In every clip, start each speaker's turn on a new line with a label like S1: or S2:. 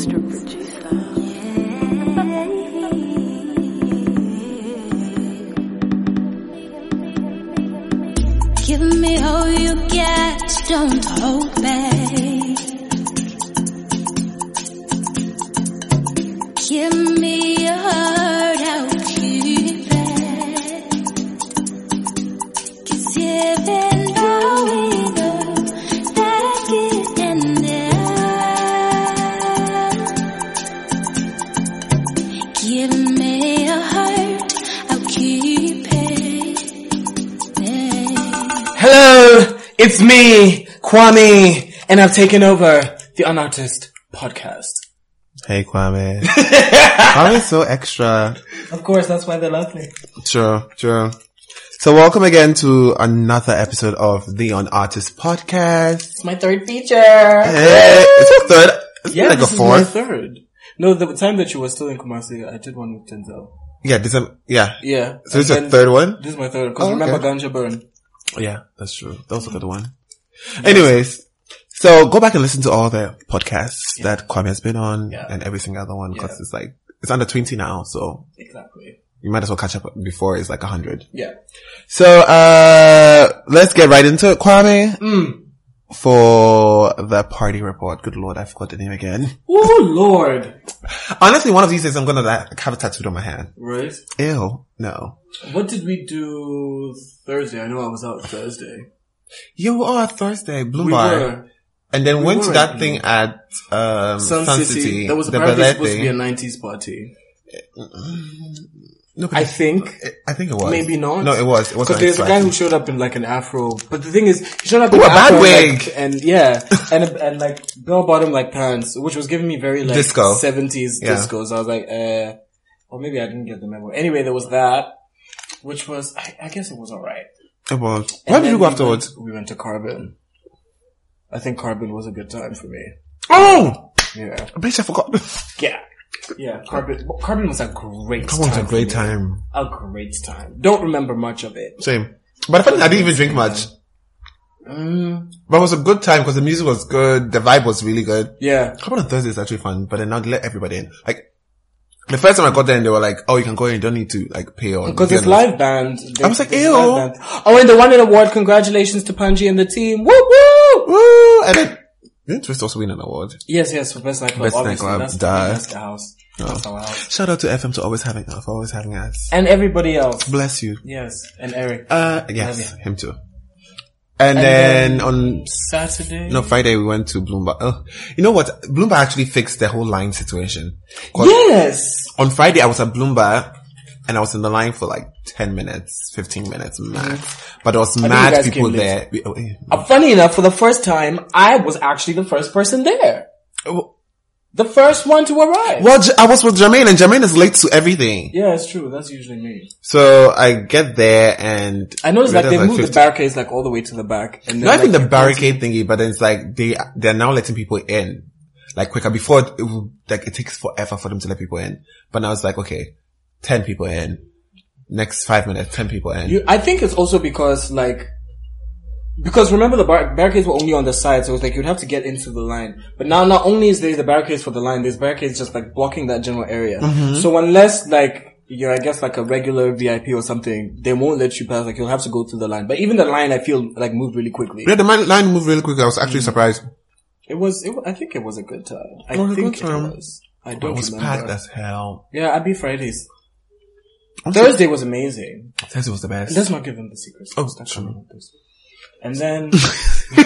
S1: Mr. Producer.
S2: Give me all you got, don't hold back. Give me your heart, I'll keep it. Cause even though we know that it ended, give me your heart, I'll keep it. Yeah.
S3: Hello, it's me, Kwame, and I've taken over the Unartist podcast.
S4: Hey Kwame. Kwame's so extra.
S3: Of course, that's why they love me.
S4: True, true. So welcome again to another episode of the On Artist Podcast.
S3: It's my third feature.
S4: Hey, it's a third. It's
S3: Yeah,
S4: like a
S3: this
S4: fourth.
S3: is my third. No, the time that you were still in Kumasi, I did one with Denzel.
S4: yeah, this is, yeah.
S3: Yeah.
S4: So this
S3: and
S4: is your
S3: then-
S4: third one?
S3: This is my third, because
S4: Oh, okay.
S3: remember Ganja Burn.
S4: Yeah, that's true. That was a good one. Anyways, so go back and listen to all the podcasts that Kwame has been on
S3: Yeah.
S4: and every single other one because
S3: Yeah.
S4: it's like, it's under 20 now, so
S3: Exactly.
S4: you might as well catch up before it's like 100.
S3: Yeah.
S4: So, uh, let's get right into it, Kwame.
S3: Mm.
S4: Hmm. for the party report. Good lord, I forgot the name again.
S3: Oh lord.
S4: Honestly, one of these days I'm gonna like, have it tattooed on my hand.
S3: Right.
S4: Ew, no.
S3: What did we do Thursday? I know I was out Thursday.
S4: You were on Thursday, Blue
S3: We
S4: Bar,
S3: were.
S4: and then
S3: we
S4: went to
S3: were
S4: that
S3: at
S4: thing at um,
S3: Sun, City. That was
S4: the
S3: apparently
S4: ballet
S3: supposed to be a
S4: thing.
S3: 90s party.
S4: no, but
S3: I think.
S4: I think it was.
S3: Maybe not.
S4: No, it was. It was.
S3: Because
S4: on
S3: there's a guy who
S4: Friday.
S3: showed up in like an afro, but the thing is, he showed up in
S4: Ooh,
S3: an
S4: a bad
S3: afro,
S4: wig.
S3: like, and yeah, and and like bell bottom like pants, which was giving me very like
S4: Disco.
S3: seventies
S4: Yeah.
S3: discos. I was like, uh, or maybe I didn't get the memo. Anyway, there was that, which was I, I guess it was alright.
S4: It was.
S3: And
S4: Where
S3: then
S4: did you
S3: we
S4: go
S3: went-
S4: afterwards?
S3: we went to Carbon. I think Carbon was a good time for me.
S4: Oh,
S3: Yeah,
S4: bitch! I forgot.
S3: yeah, yeah. Carbon, Carbon was a great.
S4: That was a
S3: time for
S4: great
S3: me.
S4: time.
S3: A great time. Don't remember much of it.
S4: Same. But the funny thing, I didn't even drink much.
S3: Mm,
S4: But it was a good time because the music was good. The vibe was really good.
S3: yeah.
S4: Come on Thursday is actually fun, but then I'd let everybody in. Like, the first time I got there and they were like, oh, you can go in, you don't need to, like, pay or...
S3: Because it's live band. They-
S4: I was like,
S3: there's
S4: ew.
S3: live band. Oh, and they won an award. Congratulations to Panji and the team. Woo woo!
S4: Woo! And then, didn't Twist also win an award?
S3: Yes, yes, for best nightclub.
S4: Best
S3: obviously.
S4: nightclub,
S3: That's,
S4: duh. Oh.
S3: that's the house. That's our house.
S4: Shout out to FM to always having us, for always having us.
S3: And everybody else.
S4: Bless you.
S3: Yes, and Eric.
S4: Uh,
S3: Love
S4: yes, him too. And, then, on,
S3: Saturday.
S4: no, Friday we went to Bloomberg. Oh, you know what? Bloomberg actually fixed the whole line situation. 'Cause
S3: Yes.
S4: On Friday I was at Bloomberg and I was in the line for like 10 minutes, 15 minutes max. But there was
S3: you
S4: mad
S3: guys
S4: people
S3: came
S4: there.
S3: late.
S4: We- oh, eh.
S3: Uh, funny enough, for the first time, I was actually the first person there.
S4: Oh,
S3: The first one to arrive.
S4: Well, J- I was with Jermaine, and Jermaine is late to everything.
S3: Yeah, it's true. That's usually me.
S4: So I get there, and
S3: I noticed
S4: Wait,
S3: like
S4: that's
S3: they
S4: like
S3: moved
S4: 50.
S3: the barricades like all the way to the back. And then,
S4: no, I think
S3: like,
S4: the barricade thingy, but then it's like they they're now letting people in like quicker. Before it, would- like it takes forever for them to let people in, but now it's like okay, ten people in. Next five minutes, ten people in.
S3: You, I think it's also because like, because remember the bar- barricades were only on the side, so it was like you'd have to get into the line. But now, not only is there the barricades for the line, there's barricades just like blocking that general area.
S4: Mm-hmm.
S3: So unless like you're, I guess like a regular VIP or something, they won't let you pass. Like you'll have to go through the line. But even the line, I feel like moved really quickly.
S4: yeah, the man- line moved really quick. I was
S3: Mm.
S4: actually surprised.
S3: It was, it, wa- I think it was a good time. I
S4: It was a
S3: think
S4: good time.
S3: it was. I
S4: It
S3: don't
S4: was packed
S3: remember.
S4: as hell.
S3: Yeah, I'd be Fridays.
S4: I'm so-
S3: Thursday was amazing.
S4: Thursday was the best.
S3: Let's not give them the secrets.
S4: Oh,
S3: Let's not
S4: true.
S3: come up with this. And then they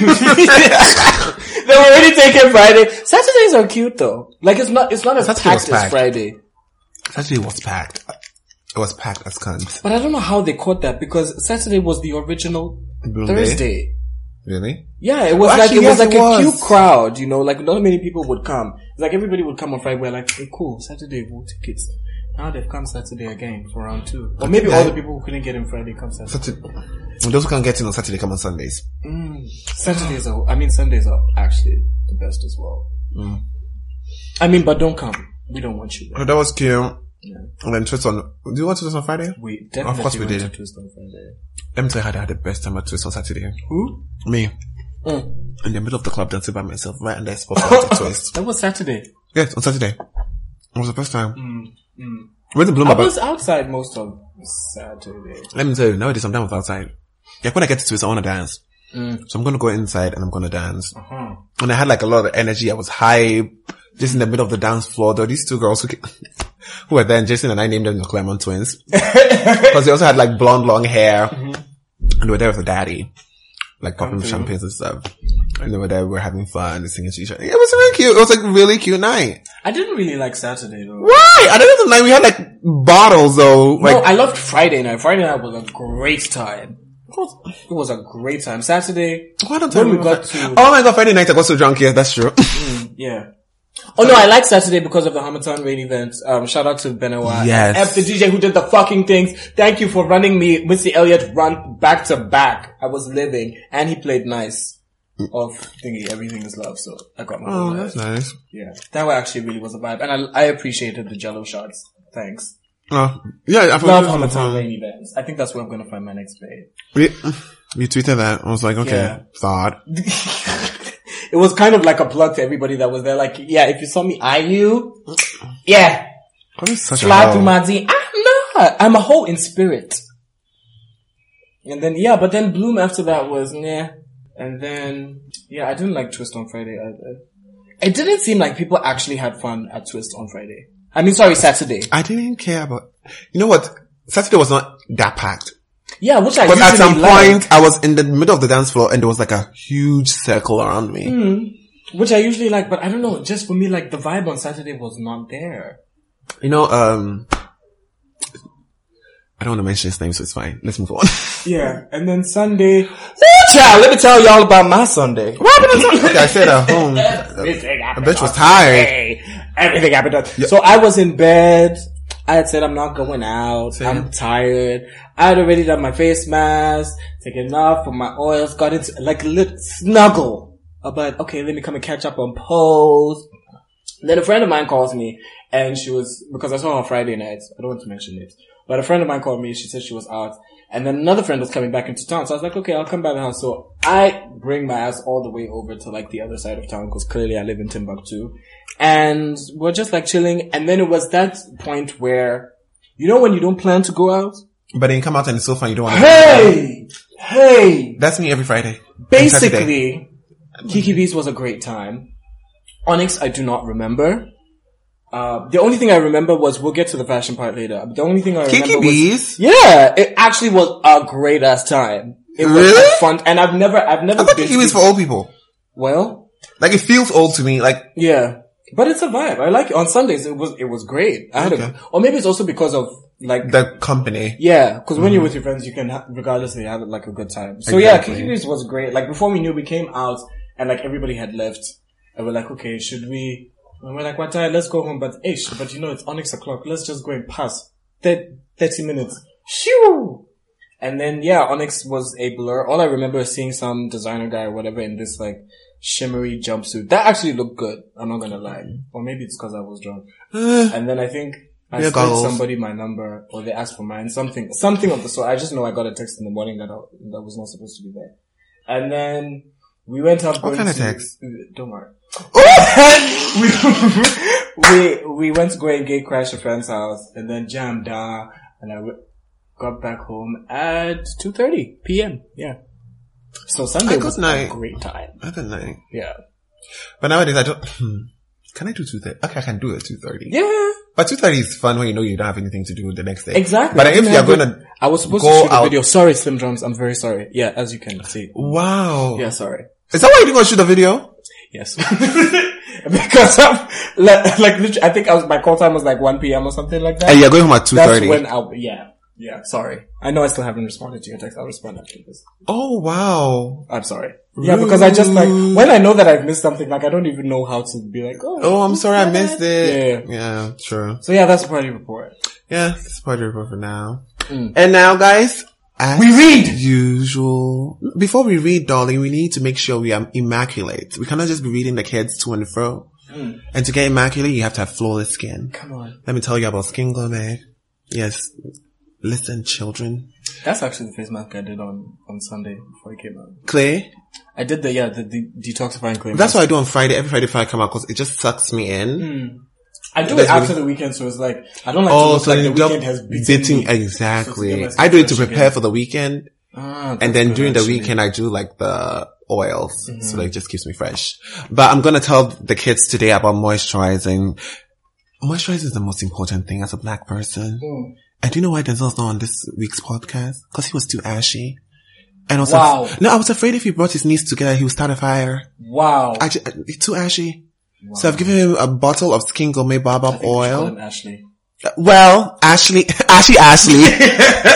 S3: were already taking Friday. Saturdays are cute though. Like it's not it's not as
S4: Saturday
S3: packed
S4: was
S3: as
S4: packed.
S3: Friday.
S4: Actually, it was packed. It was packed as cunt.
S3: But I don't know how they caught that because Saturday was the original
S4: Bloom Day.
S3: Thursday.
S4: Really?
S3: Yeah, it was
S4: Well,
S3: like
S4: Oh, actually,
S3: it was
S4: yes,
S3: like
S4: it
S3: a
S4: was.
S3: cute crowd, you know, like not many people would come. It's like everybody would come on Friday. We're like, hey, cool, Saturday we'll tickets. Now they've come Saturday again for round two. Or maybe all the people who couldn't get in Friday come Saturday.
S4: Saturday. Those who can't get in on Saturday come on Sundays.
S3: Mm, Saturdays are, I mean, Sundays are actually the best as well.
S4: Mm.
S3: I mean, but don't come. We don't want you. there.
S4: But that was cute. And then Twist on. Do you want Twist on Friday?
S3: We definitely
S4: course we
S3: went
S4: did.
S3: to Tuesday on Friday.
S4: Let me tell you how I had the best time at Twist on Saturday.
S3: Who?
S4: Me.
S3: Mm.
S4: In the middle of the club dancing by myself, right under a spot for the Twist.
S3: That was Saturday.
S4: Yes, on Saturday. It was the first time. We went to Bloomberg.
S3: I was outside most of Saturday.
S4: Let me tell you, nowadays I'm down with outside. Like when I get to Swiss, I want to dance. So I'm going to go inside and I'm going to dance.
S3: Huh.
S4: And I had like a lot of energy. I was hype. Just in the middle of the dance floor, there were these two girls who, ca- who were then Jason and I named them the Claremont twins. Cause they also had like blonde long hair.
S3: Mm-hmm.
S4: And they were there with the daddy. Like popping champagnes and stuff. And they were there, we were having fun and singing to each other. It was really cute. It was like a really cute night.
S3: I didn't really like Saturday though.
S4: Why? I don't know the night we had like bottles though. Like,
S3: no, I loved Friday night. Friday night was a great time. It was a great time. Saturday,
S4: why don't I
S3: when we
S4: remember-
S3: got to-
S4: Oh my god, Friday night I got so drunk. Yeah, that's true.
S3: yeah. Oh no, I like Saturday because of the Hamilton Rain event. Um, shout out to Benoit.
S4: Yes.
S3: F the DJ who did the fucking things. Thank you for running me, Missy Elliott run back to back. I was living and he played nice of thingy, everything is love. So I got my
S4: oh,
S3: whole
S4: that's
S3: life.
S4: nice.
S3: Yeah. That one actually really was a vibe. And I, I appreciated the jello shots. Thanks.
S4: Oh, yeah, I
S3: Love
S4: forgot.
S3: Hamilton Rain events. I think that's where I'm going to find my next fade.
S4: We, we tweeted that. I was like, okay,
S3: Yeah.
S4: thought.
S3: it was kind of like a plug to everybody that was there. Like, yeah, if you saw me, I knew. Yeah,
S4: That is such
S3: fly
S4: a
S3: through
S4: hoe.
S3: my D. I'm not. Ah, I'm a hoe in spirit. And then yeah, but then Bloom after that was nah. And then yeah, I didn't like Twist on Friday either. It didn't seem like people actually had fun at Twist on Friday. I mean, sorry, Saturday.
S4: I didn't care about. You know what? Saturday was not that packed.
S3: Yeah, which I
S4: But at
S3: usually
S4: some
S3: like,
S4: point, I was in the middle of the dance floor and there was like a huge circle around me.
S3: Hmm. which I usually like, but I don't know. Just for me, like the vibe on Saturday was not there.
S4: You know, um, I don't want to mention his name, so it's fine. Let's move on.
S3: Yeah, and then Sunday. Child, let me tell y'all about my Sunday.
S4: okay, I stayed at home.
S3: I
S4: bitch was tired.
S3: Everything happened. on- So I was in bed. I had said I'm not going out. I'm tired. I had already done my face mask, taken off, put my oils, got into like lit snuggle. About okay, let me come and catch up on pose. Then a friend of mine calls me and she was, because I saw her on Friday night, I don't want to mention it, but a friend of mine called me, she said she was out, and then another friend was coming back into town, so I was like, okay, I'll come by the house, so I bring my ass all the way over to like the other side of town, because clearly I live in Timbuktu, and we're just like chilling, and then it was that point where, you know when you don't plan to go out?
S4: But then you come out and it's so fun. You don't want to.
S3: Hey! Hey!
S4: That's me every Friday. and Saturday.
S3: basically, Kiki Bees was a great time. Onyx, I do not remember. Uh, the only thing I remember was we'll get to the fashion part later. The only thing I remember
S4: Kiki
S3: was
S4: Bees.
S3: yeah, it actually was a great ass time. It was
S4: Really?
S3: a fun, and I've never, I've never
S4: I thought
S3: been
S4: Kiki Bees
S3: to-
S4: for old people.
S3: well,
S4: Like it feels old to me. Like
S3: yeah, but it's a vibe. I like it. On Sundays, it was it was great. I had
S4: Okay.
S3: a, or maybe it's also because of like
S4: the company.
S3: Yeah, because when you're with your friends, you can, ha- regardless, they have like a good time. So yeah,
S4: Exactly.
S3: Kiki Bees was great. Like before we knew, we came out and like everybody had left, and we're like, okay, should we? And we're like, what time? Let's go home. But hey, sh- but you know, it's onyx o'clock. Let's just go and pass Thir- thirty minutes. Shoo! And then yeah, onyx was a blur. All I remember is seeing some designer guy or whatever in this like shimmery jumpsuit that actually looked good. I'm not gonna lie, or maybe it's because I was drunk. And then I think I
S4: Yeah,
S3: sent
S4: goggles.
S3: somebody my number, or they asked for mine, something, something of the sort. I just know I got a text in the morning that I, that was not supposed to be there. And then we went up.
S4: What
S3: going
S4: kind of
S3: to-
S4: text?
S3: Don't worry. we, we we went to go and get crash a friend's house, and then jammed down, and I w- got back home at two thirty p.m. Yeah. So Sunday
S4: Ah, good
S3: was
S4: night.
S3: a great time.
S4: I don't know.
S3: Yeah.
S4: But nowadays I don't. Hmm. Can I do two thirty? Okay, I can do it two thirty.
S3: Yeah.
S4: But two thirty is fun when you know you don't have anything to do the next day.
S3: Exactly.
S4: But
S3: I
S4: if
S3: didn't
S4: you're
S3: have it.
S4: gonna,
S3: I was supposed
S4: go
S3: to shoot
S4: out-
S3: a video. Sorry, Slim Drums. I'm very sorry. Yeah, as you can see.
S4: wow.
S3: Yeah, sorry.
S4: Is that why you didn't want to shoot a video?
S3: Yes. because I'm, like, like literally, I think I was, my call time was like 1 p.m. or something like that.
S4: And you're going home at two
S3: That's
S4: thirty.
S3: when I, yeah. Yeah, sorry. I know I still haven't responded to your text. I'll respond after this.
S4: Oh wow.
S3: I'm sorry. Yeah, because I just like, when I know that I've missed something, like I don't even know how to be like, oh.
S4: Oh, I'm sorry I missed it.
S3: Yeah.
S4: Yeah, true.
S3: So yeah, that's the party report.
S4: Yeah, it's part of it for now. And now, guys, as we
S3: Mm. read!
S4: usual. Before we read, darling, we need to make sure we are immaculate. We cannot just be reading the kids to and fro.
S3: Mm.
S4: And to get immaculate, you have to have flawless skin.
S3: Come on.
S4: Let me tell you about skin glow, man. Yes. Listen, children.
S3: That's actually the face mask I did on, on Sunday before I came out.
S4: Clay,
S3: I did the, yeah, the, de- detoxifying claim.
S4: that's what I do on Friday, every Friday before I come out, cause it just sucks me in.
S3: Hmm. I do it
S4: that's
S3: after the weekend, so it's like, I don't like to
S4: Oh,
S3: look
S4: so
S3: like
S4: you
S3: the
S4: end up
S3: weekend has beaten
S4: beating,
S3: me. So
S4: exactly.
S3: it's
S4: I do it to
S3: still like
S4: prepare
S3: chicken.
S4: for the weekend.
S3: Ah, that's
S4: And then
S3: good,
S4: during the
S3: actually. Mm-hmm.
S4: weekend, I do like the oils. So that it just keeps me fresh. But I'm going to tell the kids today about moisturizing. Moisturizing is the most important thing as a black person.
S3: Mm.
S4: And do you know why Denzel's not on this week's podcast? Cause he was too ashy. And also,
S3: Wow.
S4: no, I was afraid if he brought his knees together, he would start a fire.
S3: Wow.
S4: I ju- he's too ashy. So I've given him a bottle of Skin Gourmet Baobab oil. Uh,
S3: Colin Ashley.
S4: Well, Ashley, Ashley, Ashley.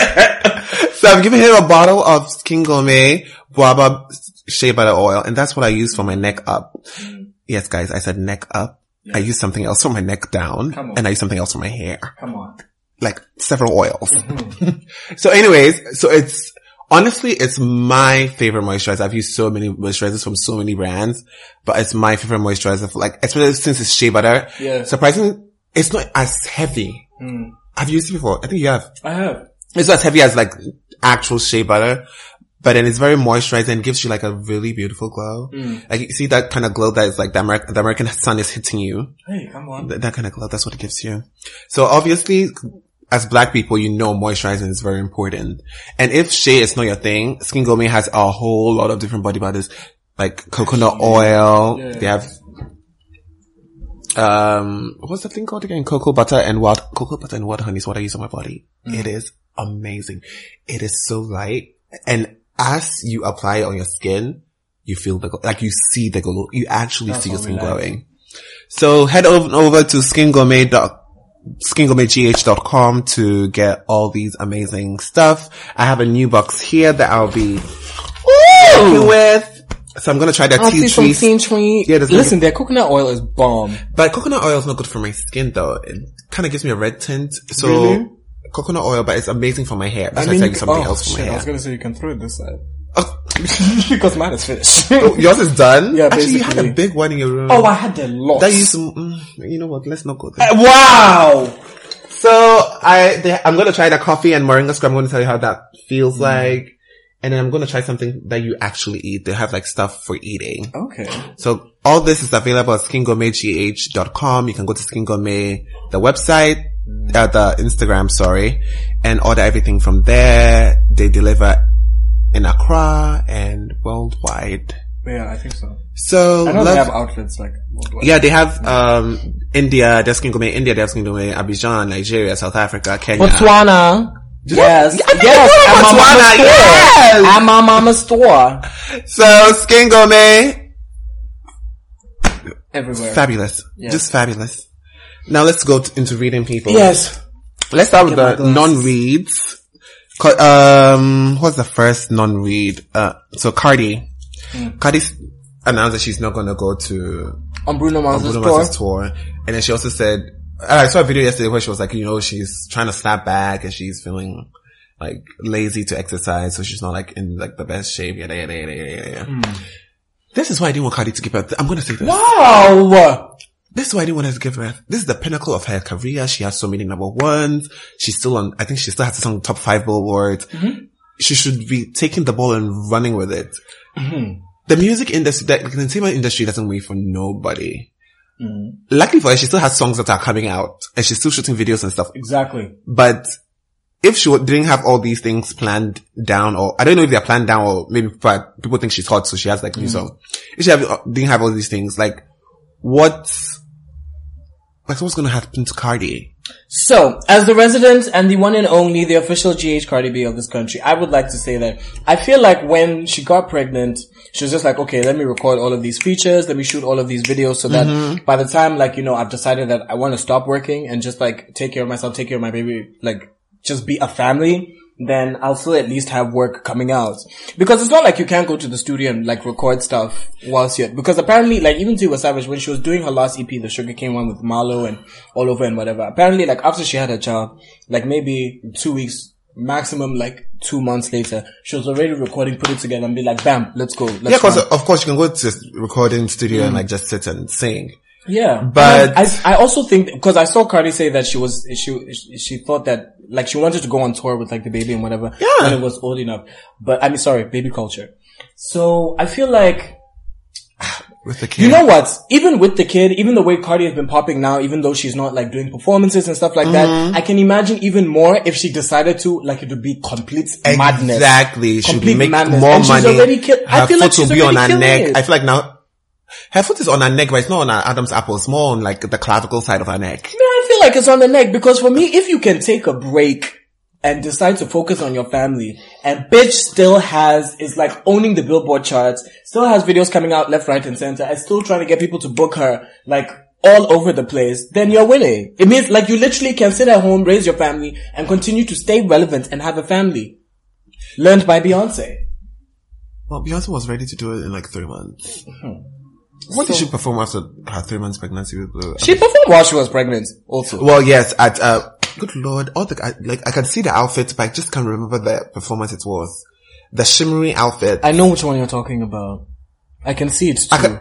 S4: so I've given him a bottle of Skin Gourmet Guava Shea Butter Oil, and that's what I use for my neck up.
S3: Mm.
S4: Yes, guys, I said neck up. I use something else for my neck down,
S3: Come on.
S4: and I use something else for my hair,
S3: Come on.
S4: like several oils. so, anyways, so it's honestly it's my favorite moisturizer. I've used so many moisturizers from so many brands, but it's my favorite moisturizer. For like, especially since it's shea butter.
S3: Yeah.
S4: Surprisingly, it's not as heavy.
S3: Mm.
S4: I've used it before. I think you have.
S3: I have.
S4: It's not as heavy as like actual shea butter, but then it's very moisturizing and gives you like a really beautiful glow.
S3: Hmm.
S4: Like you see that kind of glow that is like the, Amer- the American sun is hitting you.
S3: Hey, come on.
S4: Th- That kind of glow. That's what it gives you. So obviously, as black people, you know moisturizing is very important. And if shea is not your thing, Skin Gourmet has a whole lot of different body butters, like coconut oil.
S3: Yeah.
S4: They have um, what's that thing called again? Cocoa butter and wild cocoa butter and wild honey is what I use on my body. It is amazing. It is so light, and as you apply it on your skin, you feel the glow. like you see the glow. You actually
S3: That's
S4: see your
S3: what
S4: skin
S3: we like.
S4: glowing. So head over, over to skingourmet dot skingourmetgh.com to get all these amazing stuff. I have a new box here that I'll be working with. So I'm gonna try that
S3: I'll
S4: tea
S3: see some
S4: tree
S3: teen tree.
S4: Yeah, there's
S3: Listen, their coconut oil is bomb.
S4: But coconut oil is not good for my skin though. It kind of gives me a red tint. So
S3: Really?
S4: coconut oil, but it's amazing for my hair. That's why I tell you something
S3: oh,
S4: else for
S3: shit,
S4: my
S3: I
S4: hair.
S3: was gonna say you can throw it this side.
S4: Oh,
S3: because mine is finished.
S4: oh, yours is done.
S3: Yeah,
S4: Actually, you had a
S3: basically.
S4: big one in your room.
S3: oh, I had the lot.
S4: that used. To, mm, you know what? Let's not go there.
S3: wow!
S4: Uh, So I, they, I'm gonna try the coffee and moringa scrub. I'm gonna tell you how that feels like, and then I'm gonna try something that you actually eat. They have like stuff for eating.
S3: Okay.
S4: So all this is available at skingourmetgh.com. You can go to skingourmet, the website, uh, the Instagram, sorry, and order everything from there. They deliver in Accra and worldwide.
S3: But yeah, I think so.
S4: So,
S3: I know
S4: love-
S3: they have outlets like worldwide.
S4: yeah, they have, um, India, there's skingourmet, India, there's skingourmet, Abidjan, Nigeria, South Africa, Kenya.
S3: Botswana. Yes.
S4: I think I go to Botswana, yes.
S3: At my mama's store.
S4: So skingourmet,
S3: Everywhere.
S4: fabulous.
S3: Yes.
S4: Just fabulous. Now let's go t- into reading people.
S3: yes.
S4: Let's start with
S3: Get
S4: the
S3: my glass.
S4: non-reads. Ca- Um, what's the first non-read? Uh, so Cardi.
S3: Mm.
S4: Cardi announced that she's not gonna go to
S3: On Bruno Mars'
S4: Bruno
S3: store.
S4: Mars's tour, and then she also said, I saw a video yesterday where she was like, you know, she's trying to snap back and she's feeling like lazy to exercise, so she's not like in like the best shape. Yada yada yada yada. yada. This is why I didn't want Cardi to give birth. I'm gonna say this.
S3: Wow!
S4: This is why I didn't want her to give birth. This is the pinnacle of her career. She has so many number ones. She's still on, I think she still has this on top five billboards. She should be taking the ball and running with it. The music industry, the entertainment industry doesn't wait for nobody. Luckily for her, she still has songs that are coming out and she's still shooting videos and stuff.
S3: Exactly.
S4: But if she w- didn't have all these things planned down or I don't know if they're planned down or maybe but people think she's hot. So she has like
S3: Mm.
S4: new song. If she have, uh, didn't have all these things, like what, like what's going to happen to Cardi?
S3: So, as the resident and the one and only, the official GH Cardi B of this country, I would like to say that I feel like when she got pregnant, she was just like, okay, let me record all of these features, let me shoot all of these videos so that
S4: Mm-hmm.
S3: by the time, like, you know, I've decided that I want to stop working and just like take care of myself, take care of my baby, like, just be a family, then I'll still at least have work coming out. Because it's not like you can't go to the studio and like record stuff whilst you're, because apparently like even Tiwa Savage, when she was doing her last EP, the Sugar Cane one with Marlo and all over and whatever, apparently like after she had her child, like maybe two weeks, maximum like two months later, she was already recording, put it together and be like, bam, let's go. Let's
S4: Yeah, because
S3: run." Mm.
S4: of course you can go to recording studio and like just sit and sing.
S3: Yeah,
S4: But-
S3: I, I also think because I saw Cardi say that she was she she thought that like she wanted to go on tour with like the baby and whatever
S4: Yeah.
S3: when it was old enough. But I mean, sorry, baby culture. So I feel like
S4: with the kid.
S3: you know what? Even with the kid, even the way Cardi has been popping now, even though she's not like doing performances and stuff like
S4: Mm-hmm.
S3: that, I can imagine even more if she decided to like it would be complete madness.
S4: Exactly. She'd
S3: Complete
S4: make
S3: madness.
S4: more
S3: And she's
S4: money.
S3: already kill-
S4: her
S3: I feel like
S4: foot
S3: she's
S4: will be on
S3: already
S4: her
S3: killing
S4: neck.
S3: it.
S4: I feel like now her foot is on her neck, but it's not on her Adam's apple. It's more on like the clavicle side of her neck.
S3: No, I feel like it's on the neck because for me, if you can take a break and decide to focus on your family, and bitch still has is like owning the Billboard charts, still has videos coming out left, right, and center, and still trying to get people to book her like all over the place, then you're winning. It means like you literally can sit at home, raise your family, and continue to stay relevant and have a family. Learned by Beyonce.
S4: Well, Beyonce was ready to do it in like three months. What
S3: Hmm.
S4: did
S3: So-
S4: she perform after her three months pregnancy with Blue?
S3: She performed while she was pregnant, also.
S4: well, yes, at, uh, good lord, all the, I, like, I can see the outfits, but I just can't remember the performance it was. The shimmery outfit.
S3: I know which one you're talking about. I can see it too.
S4: I can-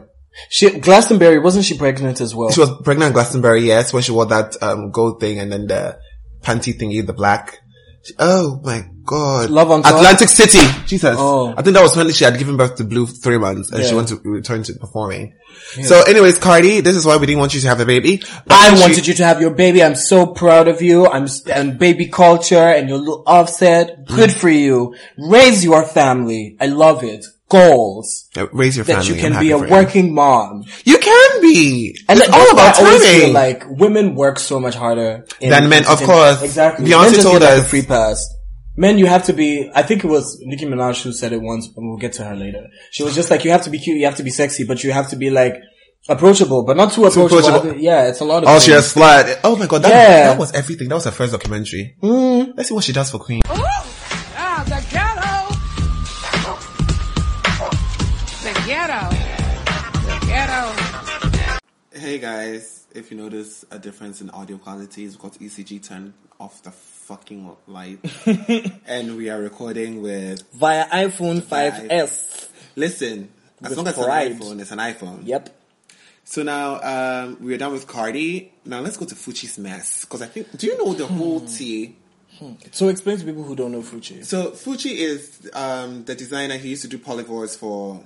S3: she, Glastonbury, wasn't she pregnant as well?
S4: She was pregnant at Glastonbury, yes, when she wore that um, gold thing and then the panty thingy, the black. She- Oh my god.
S3: Love on top.
S4: Atlantic City. Jesus.
S3: Oh.
S4: I think that was when she had given birth to Blue three months and she
S3: Yeah.
S4: went to return to performing. So anyways, Cardi, this is why we didn't want you to have a baby. But
S3: I
S4: she-
S3: wanted you to have your baby. I'm so proud of you. I'm s- and baby culture and your little offset. Good
S4: Mm-hmm.
S3: for you. Raise your family. I love it. Goals
S4: Uh, Raise your
S3: that
S4: family.
S3: you
S4: I'm
S3: can
S4: happy
S3: be a
S4: for you.
S3: working mom.
S4: You can be.
S3: And
S4: it's
S3: that-
S4: all about
S3: I always feel
S4: timing.
S3: like women work so much harder in-
S4: Than men, of
S3: in-
S4: course.
S3: Exactly.
S4: Beyonce
S3: men just
S4: told
S3: get, like, a
S4: us-
S3: free pass. Men, you have to be. I think it was Nicki Minaj who said it once, but we'll get to her later. She was just like, you have to be cute, you have to be sexy, but you have to be like approachable, but not too approachable.
S4: approachable.
S3: Other- Yeah, it's a lot of.
S4: oh,
S3: things.
S4: she a slut. Oh my god, that,
S3: Yeah. Mm.
S4: that was everything. That was her first documentary. Let's see what she does for Queen.
S1: Ah, the ghetto. The ghetto. The ghetto.
S4: Hey guys, if you notice a difference in audio quality, it's because ECG turned off the fucking light. and we are recording with.
S3: via iPhone 5s.
S4: Listen, as
S3: With
S4: long as
S3: pride.
S4: it's an iPhone, it's an iPhone.
S3: Yep.
S4: So now um, we're done with Cardi. Now let's go to Fuchi's mess. Because I think. Do you know the whole tea?
S3: So explain to people who don't know Fuchi.
S4: So Fuchi is um, the designer. He used to do polyvores for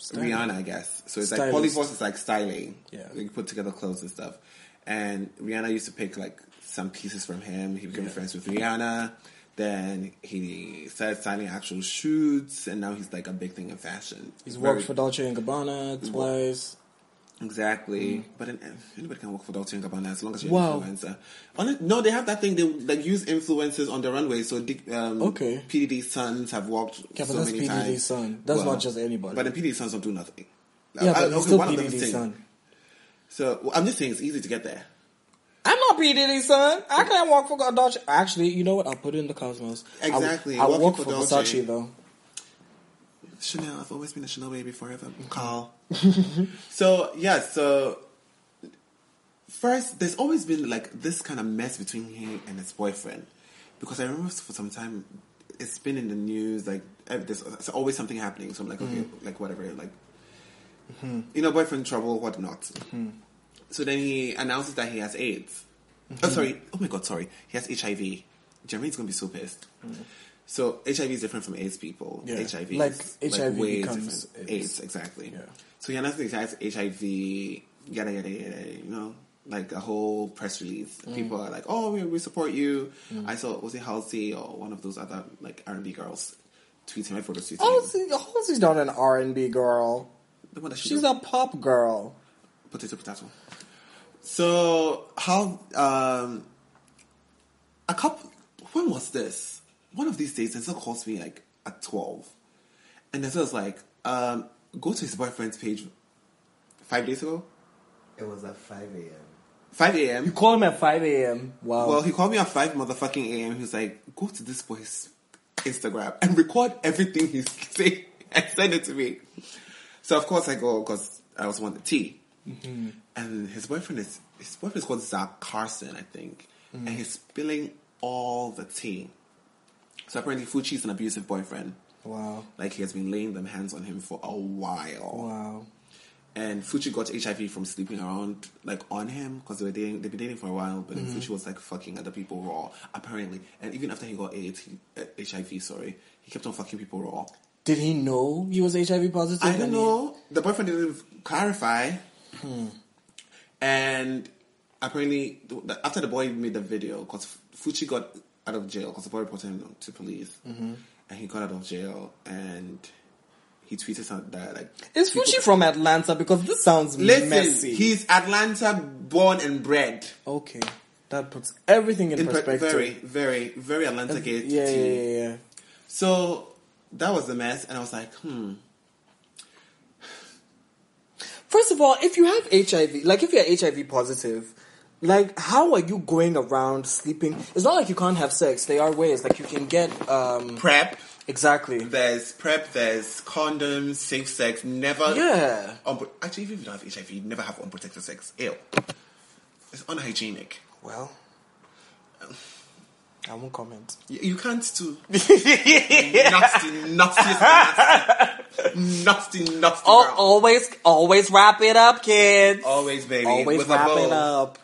S4: Rihanna, I guess. So it's like
S3: Stylist.
S4: polyvores is like styling.
S3: Yeah.
S4: you put together clothes and stuff. And Rihanna used to pick like some pieces from him. He became friends with Rihanna. Then he started styling actual shoots, and now he's like a big thing in fashion.
S3: He's
S4: Very-
S3: worked for Dolce and Gabbana twice.
S4: Exactly. But an, anybody can work for Dolce & Gabbana as long as you're
S3: Mm. Wow.
S4: an influencer. Hon- no, they have that thing. They like use influencers on the runway. So D, um,
S3: Okay.
S4: PDD's sons have walked
S3: Yeah, but
S4: so
S3: that's
S4: many
S3: PDD's
S4: times.
S3: son. That's not just anybody.
S4: But the PDD's sons don't do nothing.
S3: Yeah,
S4: I-
S3: but
S4: Uh, okay,
S3: he's still
S4: one of them
S3: PDD's
S4: sing.
S3: son.
S4: So well, I'm just saying it's easy to get there.
S3: I'm not P Diddy's son. I can't work for Dolce. Actually, you know what? I'll put it in the Cosmos. I w-
S4: Exactly.
S3: I,
S4: Working
S3: work
S4: for
S3: for
S4: Dolce.
S3: Versace though.
S4: Chanel, I've always been a Chanel baby forever. Carl. so yeah, so first, there's always been like this kind of mess between him and his boyfriend, because I remember for some time it's been in the news. Like eh, there's, there's always something happening. So I'm like, okay,
S3: Mm-hmm.
S4: like whatever, like you know, boyfriend trouble, whatnot.
S3: Mm-hmm.
S4: So then he announces that he has AIDS.
S3: Mm-hmm.
S4: Oh, sorry. Oh my god, sorry. He has HIV. Jeremy's gonna be so pissed. So HIV is different from AIDS people.
S3: Mm. Yeah.
S4: HIV
S3: Like,
S4: is
S3: HIV
S4: way
S3: becomes
S4: different.
S3: AIDS.
S4: AIDS, exactly.
S3: Yeah.
S4: So he announced that he has HIV, yada yada yada. You know, like a whole press release.
S3: Mm.
S4: People are like, "Oh, we, we support you." I saw was it Halsey or one of those other like R and B girls tweeting my photos. Tweeting
S3: Oh, see, Halsey's not an R and B girl.
S4: the one that she
S3: She's
S4: does-
S3: a pop girl.
S4: potato potato. So how um a couple when was this? One of these days Denzel calls me like at twelve. And Denzel's like, um, go to his boyfriend's page five days ago.
S5: It was at 5 a.m.
S4: Five AM.
S3: Call him at 5 a.m. Wow.
S4: Well, he called me at five motherfucking AM. He was like, go to this boy's Instagram and record everything he's saying and send it to me. So of course I go because I also want the tea. And his boyfriend is his boyfriend's called Zach Carson, I think, and he's spilling all the tea. So apparently, Fuchi's an abusive boyfriend.
S3: wow.
S4: Like he has been laying them hands on him for a while.
S3: Wow.
S4: And Fuchi got HIV from sleeping around, like on him, because they were dating. They've been dating for a while, but
S3: Mm-hmm.
S4: then Fuchi was like fucking other people raw, apparently. And even after he got AIDS, uh, HIV, sorry, he kept on fucking people raw.
S3: Did he know he was HIV positive?
S4: I don't
S3: and he-
S4: know. The boyfriend didn't clarify.
S3: Hmm.
S4: And apparently, the- the- after the boy made the video, because Fuchi got out of jail, because the boy reported him to police,
S3: Mm-hmm.
S4: and he got out of jail, and he tweeted something that like
S3: Is Fuchi from Atlanta? Because this sounds
S4: Listen,
S3: messy.
S4: he's Atlanta born and bred.
S3: okay, that puts everything in,
S4: In per-
S3: perspective.
S4: very, very, very Atlanta gate.
S3: yeah, yeah,
S4: tea.
S3: yeah, yeah.
S4: So that was the mess, and I was like, hmm.
S3: First of all, if you have HIV, like if you're HIV positive, like how are you going around sleeping? It's not like you can't have sex. There are ways. Like you can get um
S4: Prep.
S3: exactly.
S4: There's prep. There's condoms. Safe sex. Never.
S3: Yeah.
S4: unpro- actually, even if you don't have HIV, you never have unprotected sex. Ew. It's unhygienic.
S3: Well, I won't comment.
S4: You, you can't do nasty, nastiest, nasty, nasty, nasty.
S3: Oh,
S4: girl.
S3: always, always wrap it up, kids.
S4: Always, baby.
S3: Always
S4: with
S3: wrap
S4: a bow.
S3: it up.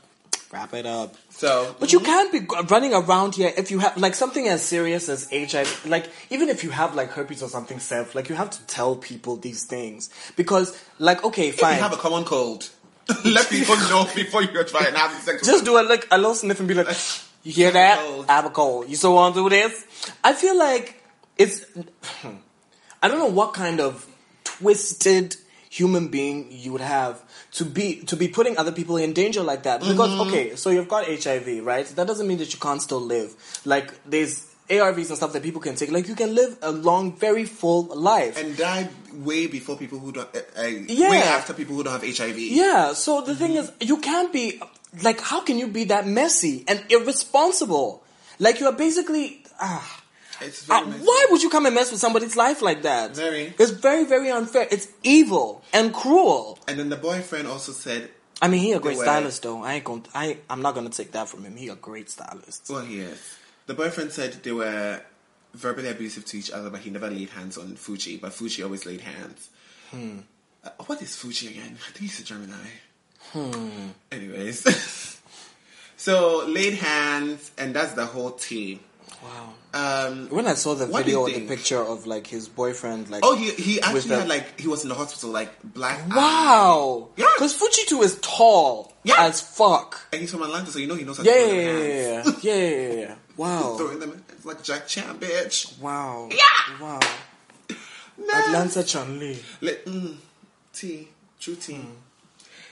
S3: Wrap it up.
S4: So,
S3: But you can't be g- running around here if you have like something as serious as HIV. Like even if you have like herpes or something, self. Like you have to tell people these things because, like, okay,
S4: If
S3: fine.
S4: you have a common cold, let people know before you try and have sex. with
S3: just do it like a little sniff and be like, you hear that?
S4: I'm cold.
S3: I have a cold. You still want to do this? I feel like it's. I don't know what kind of twisted human being you would have to be to be putting other people in danger like that. Because
S4: Mm-hmm.
S3: okay, so you've got HIV, right? That doesn't mean that you can't still live. Like there's ARVs and stuff that people can take. Like you can live a long, very full life.
S4: and die way before people who don't. Uh, uh, Way
S3: Yeah.
S4: after people who don't have HIV.
S3: Yeah, so the thing
S4: Mm-hmm.
S3: is, you can't be, like, how can you be that messy and irresponsible? Like, you are basically, ah.
S4: It's
S3: Ah,
S4: very messy.
S3: why would you come and mess with somebody's life like that?
S4: Very.
S3: It's very, very unfair. It's evil and cruel.
S4: And then the boyfriend also said,
S3: I mean, he a great
S4: way.
S3: stylist, though. I ain't gonna, I, I'm not gonna take that from him. He a great stylist.
S4: "Well, he is." The boyfriend said they were verbally abusive to each other, but he never laid hands on Fuji. But Fuji always laid hands. Hmm. Uh, what is Fuji again? I think he's a Gemini. Hmm. Anyways, so laid hands, and that's the whole tea.
S3: Wow.
S4: Um,
S3: When I saw the
S4: What do you
S3: video or the
S4: think?
S3: picture of, like, his boyfriend, like,
S4: Oh, he he actually
S3: with the-
S4: had like he was in the hospital, like black.
S3: Wow!
S4: Yeah.
S3: Because Fuchitu is tall
S4: Yeah.
S3: as fuck.
S4: eye. and he's from Atlanta, so you know he knows how to
S3: Yeah,
S4: throw
S3: yeah,
S4: them
S3: yeah,
S4: hands.
S3: yeah, yeah, yeah, yeah. Wow.
S4: Throwing them it's like Jack Chan, bitch.
S3: Wow.
S4: Yeah!
S3: Wow.
S4: No.
S3: Atlanta Chanley.
S4: Let, mm, tea, true tea.
S3: Mm.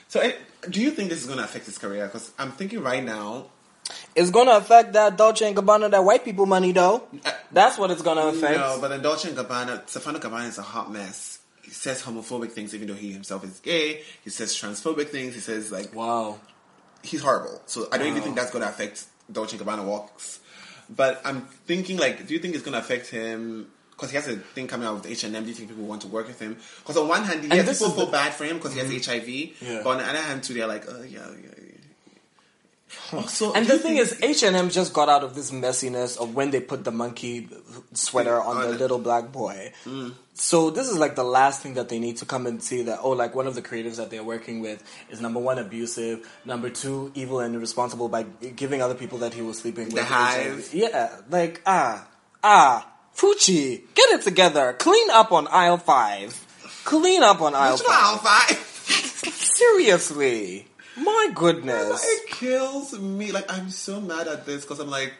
S4: So, eh, do you think this is going to affect his career? Because I'm thinking right now,
S3: It's gonna affect that Dolce and Gabbana, that white people money though.
S4: Uh,
S3: That's what it's gonna affect.
S4: no, but then Dolce and Gabbana, Stefano Gabbana is a hot mess. He says homophobic things, even though he himself is gay. He says transphobic things. He says like
S3: wow.
S4: he's horrible. So I don't even
S3: Oh.
S4: think that's going to affect Dolce and Gabbana walks. But I'm thinking, like, do you think it's going to affect him? Because he has a thing coming out with H and M. Do you think people want to work with him? Because on one hand, yeah,
S3: this
S4: people
S3: is the- Mm-hmm.
S4: feel bad for him because he has HIV.
S3: Yeah.
S4: But on the other hand, too, they're like, oh yeah, yeah. yeah. Also,
S3: And
S4: do
S3: the
S4: you
S3: thing is,
S4: think-
S3: H and M just got out of this messiness of when they put the monkey sweater on the
S4: On it.
S3: little black boy. So this is like the last thing that they need to come and see that oh, like one of the creatives that they're working with is number one abusive, number two evil and irresponsible by giving other people that he was sleeping with.
S4: hive.
S3: Yeah, like ah ah, Fuchi, get it together. Clean up on aisle five. Clean up on aisle
S4: Which one,
S3: five.
S4: Alpha?
S3: Seriously, my goodness.
S4: It kills me. Like I'm so mad at this because I'm like.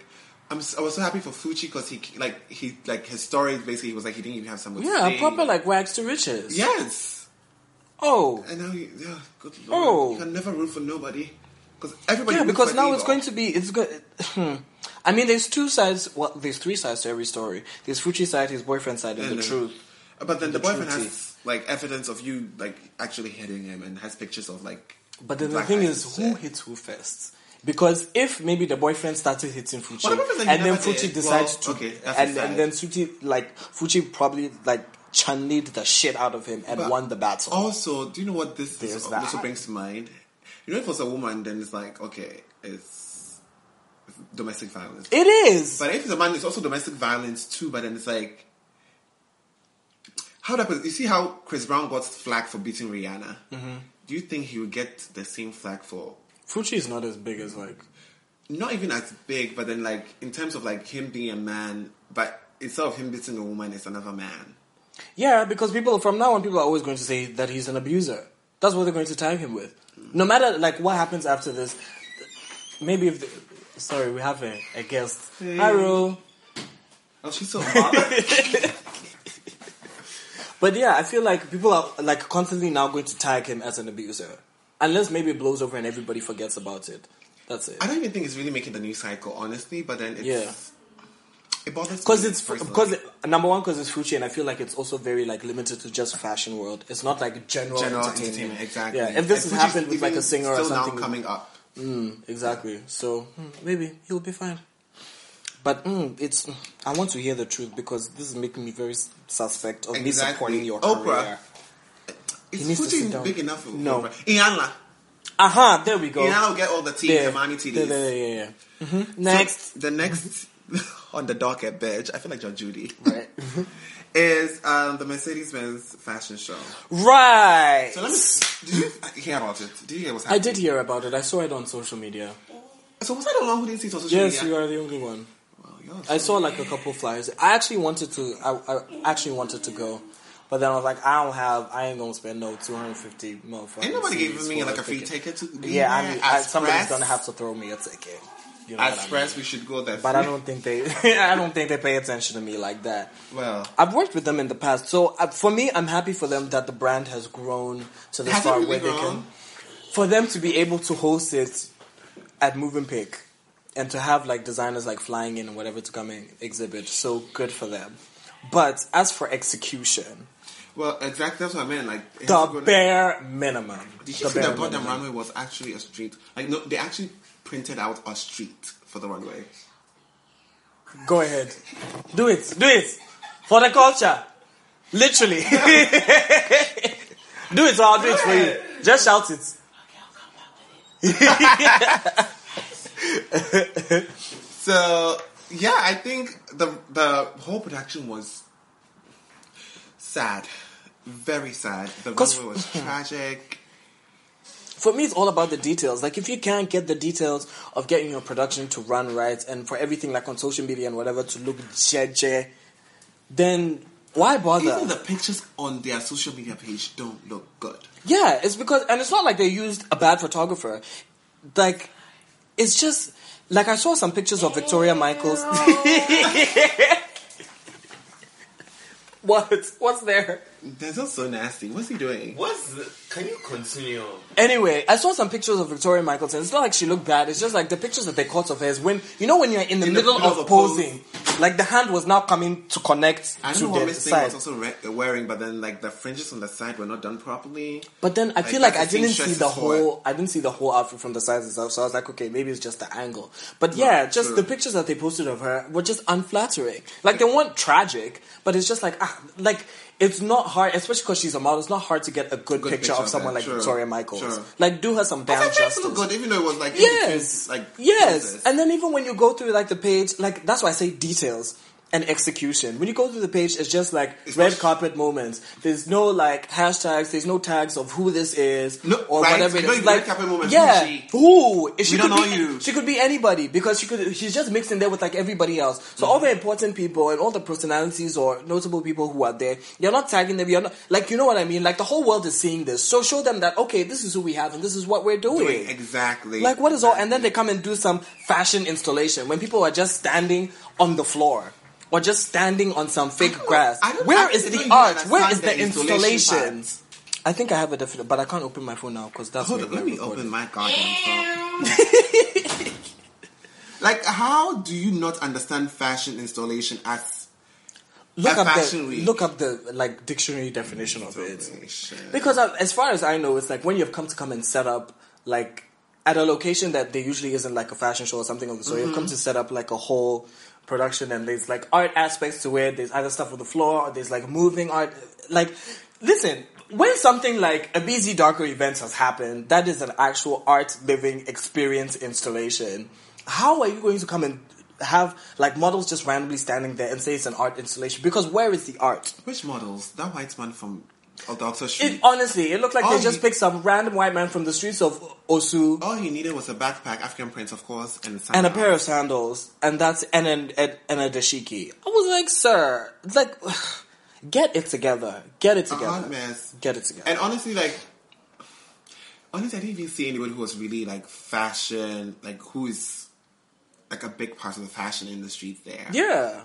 S4: I'm s I was so happy for Fuchi because he like he like his story basically he was like he didn't even have someone. to
S3: Yeah,
S4: stay.
S3: proper like rags to riches.
S4: yes.
S3: Oh.
S4: And now, you, yeah, good lord,
S3: Oh.
S4: you can never root for nobody because everybody.
S3: Yeah,
S4: roots
S3: because
S4: for
S3: now
S4: evil.
S3: it's going to be it's good. I mean, there's two sides. Well, there's three sides to every story. There's Fuchi's side, his boyfriend's side, and
S4: And
S3: the
S4: then-
S3: truth.
S4: But then the,
S3: the
S4: boyfriend
S3: truth
S4: has like evidence of you like actually hitting him and has pictures of like.
S3: But then the
S4: black
S3: thing
S4: eyes
S3: is,
S4: and
S3: who
S4: shit.
S3: hits who first? Because if maybe the boyfriend started hitting Fuchi,
S4: What happens if he
S3: and then
S4: never did?
S3: Fuchi decides to,
S4: Well, okay, that's
S3: and,
S4: his
S3: and
S4: side.
S3: then Fuchi like Fuchi probably like channeled the shit out of him and
S4: But oh.
S3: won the battle.
S4: Also, do you know what this is,
S3: There's
S4: also
S3: that.
S4: brings to mind? You know, if it was a woman, then it's like okay, it's domestic violence.
S3: it is.
S4: But if it's a man, it's also domestic violence too. But then it's like, How that you see how Chris Brown got flack for beating Rihanna?
S3: Mm-hmm.
S4: Do you think he would get the same flack for
S3: Fuchi is not as big as like
S4: not even as big, but then like in terms of like him being a man, but instead of him beating a woman, it's another man.
S3: Yeah, because people from now on, people are always going to say that he's an abuser. That's what they're going to tag him with. No matter like what happens after this, maybe if the, sorry, we have a, a guest. Hi, Ro.
S4: Oh, she's so hot.
S3: But yeah, I feel like people are like constantly now going to tag him as an abuser, unless maybe it blows over and everybody forgets about it. That's it.
S4: I don't even think it's really making the news cycle, honestly. But then it's
S3: Yeah.
S4: it bothers
S3: Because
S4: me
S3: it's
S4: personally.
S3: because number one because it's Fuchi and I feel like it's also very like limited to just fashion world. It's not like general,
S4: general
S3: entertainment.
S4: entertainment, exactly.
S3: Yeah, if this has
S4: And which is
S3: happened with like
S4: even
S3: a singer or
S4: still
S3: something,
S4: now coming up.
S3: Exactly. So hmm, maybe he'll be fine. But mm, it's mm, I want to hear the truth because this is making me very s- suspect of me
S4: Exactly.
S3: supporting your
S4: Oprah.
S3: career.
S4: Is
S3: needs to
S4: Fuji
S3: sit down.
S4: big enough? For
S3: No.
S4: Oprah? Iyanla.
S3: Aha! there we go.
S4: Iyanla will get all the teeth,
S3: there.
S4: the mommy titties.
S3: There, there, yeah, yeah. Mm-hmm. Next.
S4: The next on the docket, bitch. I feel like John Judy
S3: right.
S4: is um, the Mercedes Benz fashion show.
S3: Right.
S4: So let me. Did you hear about it? Did you hear what's
S3: I
S4: happening?
S3: did hear about it. I saw it on social media.
S4: So was I the one who didn't see it on social
S3: Yes, you
S4: media?
S3: are the only one.
S4: you are.
S3: I saw like a couple flyers. I actually wanted to. I, I actually wanted to go, but then I was like, I don't have. I ain't gonna spend no two hundred fifty motherfuckers.
S4: Ain't nobody
S3: giving
S4: giving me like a free ticket to.
S3: Yeah, I mean, I,
S4: As
S3: somebody's
S4: press-
S3: gonna have to throw me a ticket. You know
S4: As
S3: what I mean?
S4: press, we should go there.
S3: But I don't think they, I don't think they pay attention to me like that.
S4: Well,
S3: I've worked with them in the past, so uh, for me, I'm happy for them that the brand has grown to the
S4: Has it
S3: far
S4: really
S3: where they
S4: grown?
S3: can. For them to be able to host it at Move and Pick, and to have like designers like flying in and whatever to come and exhibit, so good for them. But as for execution,
S4: well, exactly. That's what I meant. Like it has to
S3: the
S4: go-
S3: bare minimum.
S4: Did you
S3: the
S4: see
S3: bare
S4: that goddamn
S3: minimum.
S4: runway was actually a street? Like no, they actually printed out a street for the runway.
S3: Go ahead. Do it. Do it. For the culture. Literally. do it or I'll do it for you. Just shout it.
S4: So yeah, I think the the whole production was sad, very sad. The
S3: 'Cause-
S4: runway was tragic.
S3: For me, it's all about the details. Like, if you can't get the details of getting your production to run right and for everything, like on social media and whatever, to look jeje, then why bother?
S4: Even the pictures on their social media page don't look good.
S3: Yeah, it's because, and it's not like they used a bad photographer. Like, it's just like I saw some pictures of Victoria Michaels. what? What's there?
S4: That's not so nasty. What's he doing?
S6: What's the, can you continue?
S3: Anyway, I saw some pictures of Victoria Michaels, and it's not like she looked bad. It's just like the pictures that they caught of her is when you know when you're in the,
S4: In the
S3: middle,
S4: middle
S3: of,
S4: of a pose.
S3: posing, like the hand was now coming to connect
S4: I
S3: to
S4: don't know what
S3: the
S4: Miss Thing
S3: side.
S4: was also re- wearing, but then like the fringes on the side were not done properly.
S3: But then I
S4: Like,
S3: feel like I
S4: that's the thing
S3: didn't see the
S4: stresses for it.
S3: whole I didn't see the whole outfit from the sides and stuff, so I was like, okay, maybe it's just the angle. But yeah,
S4: Right,
S3: just
S4: true.
S3: the pictures that they posted of her were just unflattering. Like they weren't tragic, but it's just like ah, like it's not hard, especially because she's a model. It's not hard to get a good,
S4: Good
S3: picture,
S4: picture
S3: of
S4: of
S3: someone
S4: her,
S3: like
S4: sure,
S3: Victoria Michaels.
S4: sure.
S3: Like do her some
S4: Her
S3: damn
S4: face
S3: justice.
S4: looked good, even though it was like in
S3: Yes.
S4: between, like
S3: yes.
S4: poses.
S3: And then even when you go through like the page, like that's why I say details and execution. When you go through the page, it's just like
S4: It's
S3: red
S4: not-
S3: carpet moments. There's no like hashtags. There's no tags of who this is
S4: No,
S3: or
S4: right?
S3: whatever. It
S4: You know,
S3: is.
S4: you
S3: Like
S4: red carpet moments,
S3: yeah,
S4: who is she?
S3: who? If she
S4: We
S3: could
S4: don't know
S3: be,
S4: you.
S3: She could be anybody because she could. She's just mixed in there with like everybody else. So
S4: Mm-hmm.
S3: all the important people and all the personalities or notable people who are there, you're not tagging them. You're not like you know what I mean. Like the whole world is seeing this. So show them that okay, this is who we have and this is what we're
S4: Doing exactly
S3: like what is all? And then they come and do some fashion installation when people are just standing on the floor or just standing on some fake
S4: don't-
S3: grass.
S4: I don't
S3: Where
S4: actually
S3: is
S4: don't
S3: the
S4: even
S3: art? Where
S4: understand
S3: is the,
S4: the installation
S3: installation? I think I have a definite, but I can't open my phone now because that's
S4: Hold
S3: where
S4: on, let
S3: we're
S4: me
S3: recording.
S4: open my goddamn phone. like, how do you not understand fashion installation as
S3: Look
S4: a
S3: up the
S4: fashion week.
S3: look up the like dictionary definition of it.
S4: Installation.
S3: Because uh, as far as I know, it's like when you've come to come and set up like at a location that there usually isn't like a fashion show or something of the sort. You've come to set up like a whole production, and there's like art aspects to it. There's other stuff on the floor. Or there's like moving art. Like, listen. When something like a busy darker event has happened, that is an actual art living experience installation. How are you going to come and have like models just randomly standing there and say it's an art installation because where is the art?
S4: Which models? That white man from oh, Doctor
S3: It
S4: Street.
S3: honestly, it looked like
S4: Oh,
S3: they just
S4: he-
S3: picked some random white man from the streets of Osu
S4: All he needed was a backpack, African prints, of course, and
S3: and a pair of sandals, and that's and an and, and a dashiki. I was like, sir, it's like, get it together, get it
S4: A
S3: together,
S4: hot mess.
S3: get it together.
S4: And honestly, like, honestly, I didn't even see anyone who was really like fashion, like who is like a big part of the fashion industry there.
S3: yeah.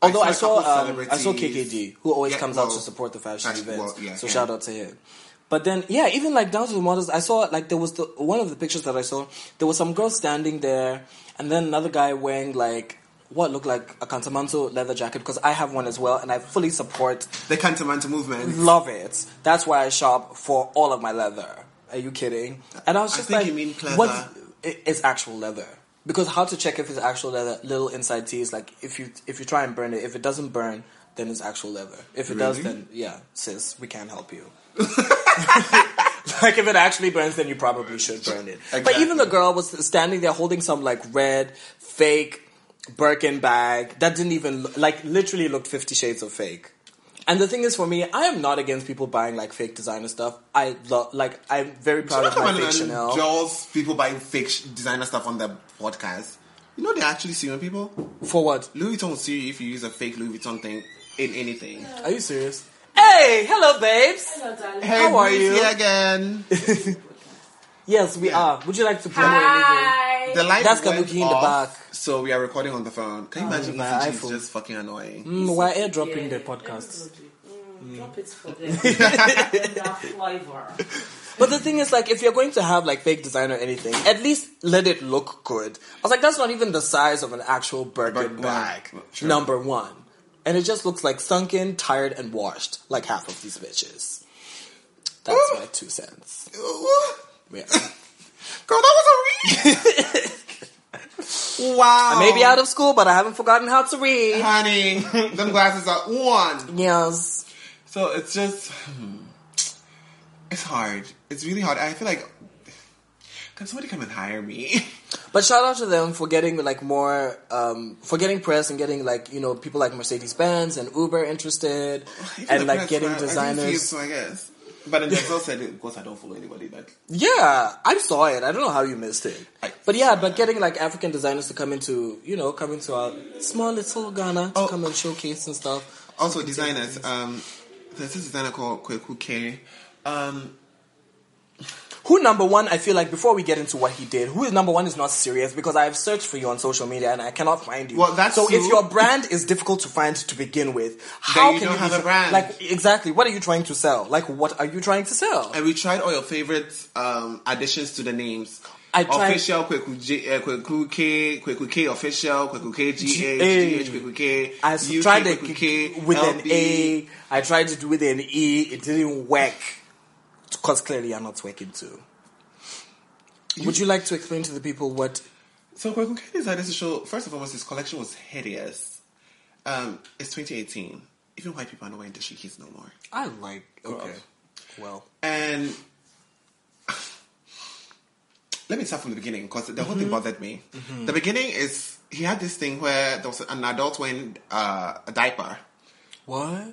S3: Although I
S4: saw
S3: saw
S4: a couple
S3: um, I saw
S4: celebrities.
S3: KKD, who always
S4: Yeah,
S3: comes out
S4: well,
S3: to support the fashion
S4: fashion-
S3: events.
S4: well, yeah,
S3: so
S4: him.
S3: shout out to him. But then, yeah, even like down to the models, I saw like there was the one of the pictures that I saw. There was some girl standing there, and then another guy wearing like what looked like a Cantamanto leather jacket because I have one as well, and I fully support
S4: The Cantamanta movement.
S3: Love it. That's why I shop for all of my leather. Are you kidding? And I was
S4: I
S3: just
S4: think
S3: like,
S4: you mean pleather.
S3: what- it- It's actual leather. Because how to check if it's actual leather? Little inside tea is like if you if you try and burn it, if it doesn't burn, then it's actual leather. If it does, then yeah, sis, we can't help you. like if it actually burns, then you probably should burn it. But even the girl was standing there holding some like red fake Birkin bag that didn't even look, like literally looked Fifty Shades of Fake. And the thing is, for me, I am not against people buying like fake designer stuff. I love, like, I'm very proud of my
S4: Someone
S3: fake Chanel.
S4: Jaws people buying fake sh- designer stuff on their podcast. You know they're actually suing people.
S3: For what?
S4: Louis Vuitton will sue you if you use a fake Louis Vuitton thing in anything.
S3: Are you serious? Hey, hello, babes.
S4: Hey,
S3: How are
S4: Louis
S3: you?
S4: here again.
S3: Yes, we are. Would you like to play anything?
S2: Hi.
S4: The light
S3: That's
S4: went
S3: Kabuki in the
S4: off,
S3: back. Oh,
S4: So we are recording on the phone. Can you imagine
S3: my
S4: if it's
S3: iPhone.
S4: just fucking annoying?
S3: Mm, we're airdropping the podcasts.
S2: Drop it for them. That flavor.
S3: But the thing is, like, if you're going to have like fake design or anything, at least let it look good. I was like, that's not even the size of an actual Birkin
S4: Birkin
S3: bag.
S4: bag. Sure.
S3: Number one, and it just looks like sunken, tired, and washed, like half of these bitches. That's my two cents. Yeah.
S4: Girl, that was a read. wow.
S3: Maybe out of school, but I haven't forgotten how to read.
S4: Honey, them glasses are on.
S3: Yes.
S4: So it's just, hmm, it's hard. It's really hard. I feel like, can somebody come and hire me?
S3: But shout out to them for getting like more, um, for getting press and getting like you know people like Mercedes Benz and Uber interested,
S4: Oh,
S3: and like getting designers.
S4: I, I guess. But then Denzel said, of course, I don't follow anybody. Like,
S3: Yeah, I saw it. I don't know how you missed it.
S4: I-
S3: But yeah, but getting like African designers to come into, you know, come into our small little Ghana to
S4: Oh.
S3: come and showcase and stuff.
S4: also designers. Um, there's this designer called Kweku K. Um,
S3: Who number one, I feel like before we get into what he did, who is number one is not serious because I have searched for you on social media and I cannot find you.
S4: Well, that's
S3: so if
S4: true.
S3: your brand is difficult to find to begin with, how
S4: you
S3: can
S4: don't
S3: you
S4: have
S3: be-
S4: a brand.
S3: Like exactly, what are you trying to sell? Like what are you trying to sell?
S4: and we tried all your favorite um, additions to the names.
S3: I tried-
S4: official Kweku J, uh, Kweku K, Kweku K official, Kweku K G H,
S3: G-
S4: G H Kweku K,
S3: I s- tried it
S4: Kweku K
S3: with an
S4: LB.
S3: A. I tried it with an E. It didn't work because clearly I'm not working too. Would you like to explain to the people what?
S4: So Kweku K decided to show. First of all, was his collection was hideous. Um, it's 2018. Even white people are not wearing dashikis no more.
S3: I like. Okay. Well,
S4: And let me start from the beginning because the whole
S3: Mm-hmm.
S4: thing bothered me. The beginning is he had this thing where there was an adult wearing uh, a diaper.
S3: what?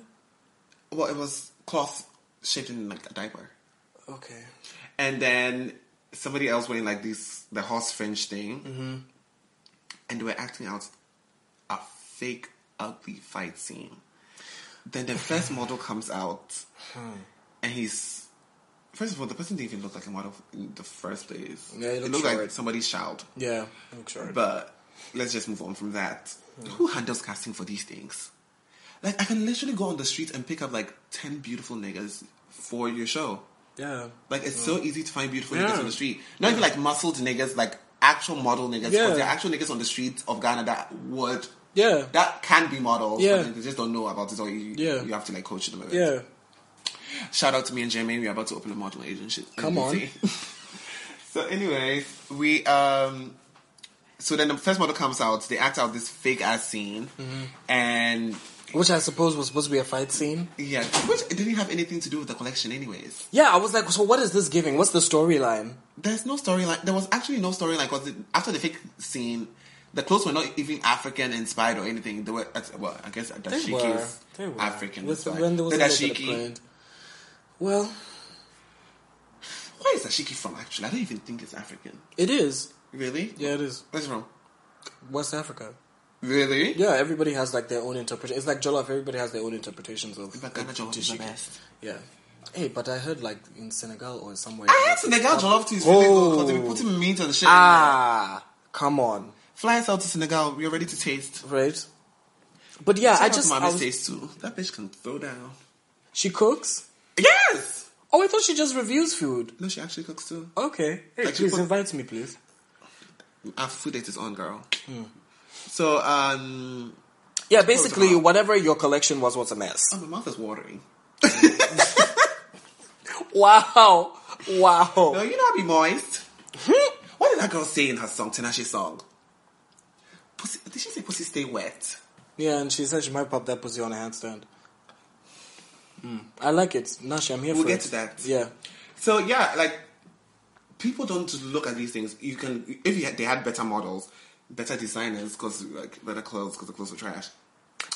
S4: Well, it was cloth shaped in like a diaper,
S3: Okay.
S4: and then somebody else wearing like this the horse fringe thing,
S3: Mm-hmm.
S4: and they were acting out a fake ugly fight scene. Then the first model comes out, and he's first of all the person didn't even look like a model in the first place.
S3: Yeah, he
S4: it
S3: looked
S4: looked like
S3: short.
S4: somebody's child.
S3: Yeah. I'm sure.
S4: But let's just move on from that.
S3: Hmm.
S4: Who handles casting for these things? Like, I can literally go on the street and pick up like 10 beautiful niggas for your show.
S3: yeah.
S4: Like, it's so easy to find beautiful
S3: Hmm. Yeah.
S4: niggas on the street. Not even like muscled niggas, like actual model niggas.
S3: Yeah.
S4: Because there are actual niggas on the streets of Ghana that would,
S3: Yeah.
S4: that can be models.
S3: Yeah.
S4: But then they just don't know about it or you,
S3: Yeah.
S4: you have to like coach them a bit.
S3: Yeah.
S4: Shout out to me and Jermaine. We're about to open a model agency.
S3: Come on.
S4: so, anyways, we um. So then the first model comes out. They act out this fake ass scene,
S3: Mm-hmm.
S4: and
S3: Which I suppose was supposed to be a fight scene.
S4: yeah, which it didn't have anything to do with the collection, anyways.
S3: Yeah, I was like, so what is this giving? What's the storyline?
S4: There's no storyline. There was actually no storyline because after the fake scene, The clothes were not even African inspired or anything. They were, uh, well, I guess
S3: They
S4: Adashiki
S3: were.
S4: is
S3: They were.
S4: African
S3: With,
S4: inspired.
S3: when there was a little bit of
S4: Adashiki.
S3: pride. Well,
S4: Where is Adashiki from, actually? I don't even think it's African.
S3: it is.
S4: Really?
S3: Yeah, it is.
S4: Where's it from?
S3: West Africa.
S4: Really?
S3: Yeah, everybody has like their own interpretation. It's like Jollof. Everybody has their own interpretations of.
S4: But Ghana
S3: of
S4: Jollof is the
S3: dashiki.
S4: best.
S3: Yeah. Hey, but I heard like in Senegal or somewhere.
S4: I had Senegal jollof too. It's really good because they
S3: Oh.
S4: be putting meat on the shit.
S3: Ah, come on,
S4: Fly us out to Senegal. We are ready to taste.
S3: right? But yeah, I just
S4: my
S3: I was-
S4: taste too. That bitch can throw down.
S3: she cooks.
S4: Yes.
S3: Oh, I thought she just reviews food.
S4: No, she actually cooks too.
S3: Okay, hey,
S4: Like, she
S3: please
S4: put-
S3: invite me, please.
S4: Our food date is on, girl.
S3: Hmm.
S4: So, um,
S3: Yeah, basically,
S4: about-
S3: whatever your collection was was a mess.
S4: oh, my mouth is watering.
S3: Wow, wow.
S4: No, you know I be moist.
S3: Hmm?
S4: what did that girl say in her song, Tinashe's song? Pussy, did she say pussy stay wet?
S3: Yeah, and she said she might pop that pussy on a handstand. Hmm. I like it. Nashi, I'm here
S4: We'll
S3: for
S4: get
S3: it.
S4: to that.
S3: Yeah.
S4: So yeah, like people don't look at these things. You can if you had, they had better models, better designers, because like better clothes, because the clothes were trash.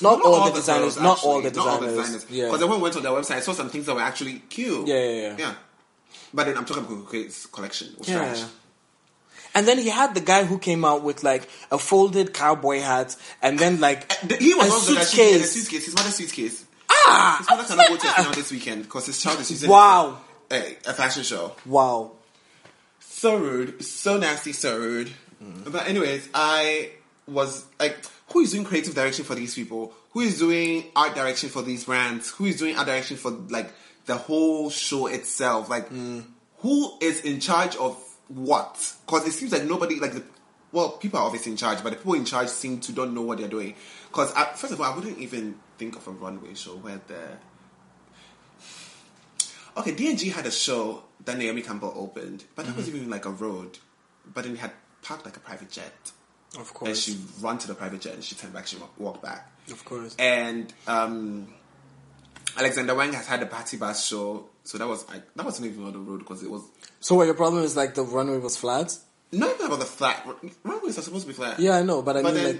S3: Not, all, the
S4: girls,
S3: designers. not
S4: actually,
S3: all the designers. Yeah.
S4: Because everyone went on their website, saw some things that were actually cute.
S3: Yeah, yeah, yeah.
S4: But then I'm talking about Kuku's collection. Was
S3: Yeah.
S4: trash.
S3: And then he had the guy who came out with like a folded cowboy hat, and then like
S4: The- He was
S3: a
S4: also that she had a
S3: suitcase.
S4: suitcase. His mother's suitcase. Ah! His mother cannot go to a funeral this weekend because his child is using it
S3: Wow.
S4: for A, a fashion show.
S3: Wow.
S4: So rude. So nasty. So rude. But anyways, I was like, who is doing creative direction for these people? Who is doing art direction for these brands? Who is doing art direction for like the whole show itself? Like, who is in charge of what? Because it seems like nobody like the well, people are obviously in charge, but the people in charge seem to don't know what they're doing. Because first of all, I wouldn't even think of a runway show where the Okay, D&G had a show that Naomi Campbell opened, but that was
S3: Mm-hmm.
S4: even like a road. But then it had parked like a private jet.
S3: Of
S4: And
S3: course.
S4: she ran to the private jet and she turned back, she wa- walked back.
S3: Of course.
S4: And um, Alexander Wang has had a Batty Bass show. So that was like, that wasn't even on the road because it was
S3: so what your problem is like the runway was flat?
S4: not even about the flat. run- Runways are supposed to be flat.
S3: Yeah, I know, but I
S4: But
S3: mean
S4: then,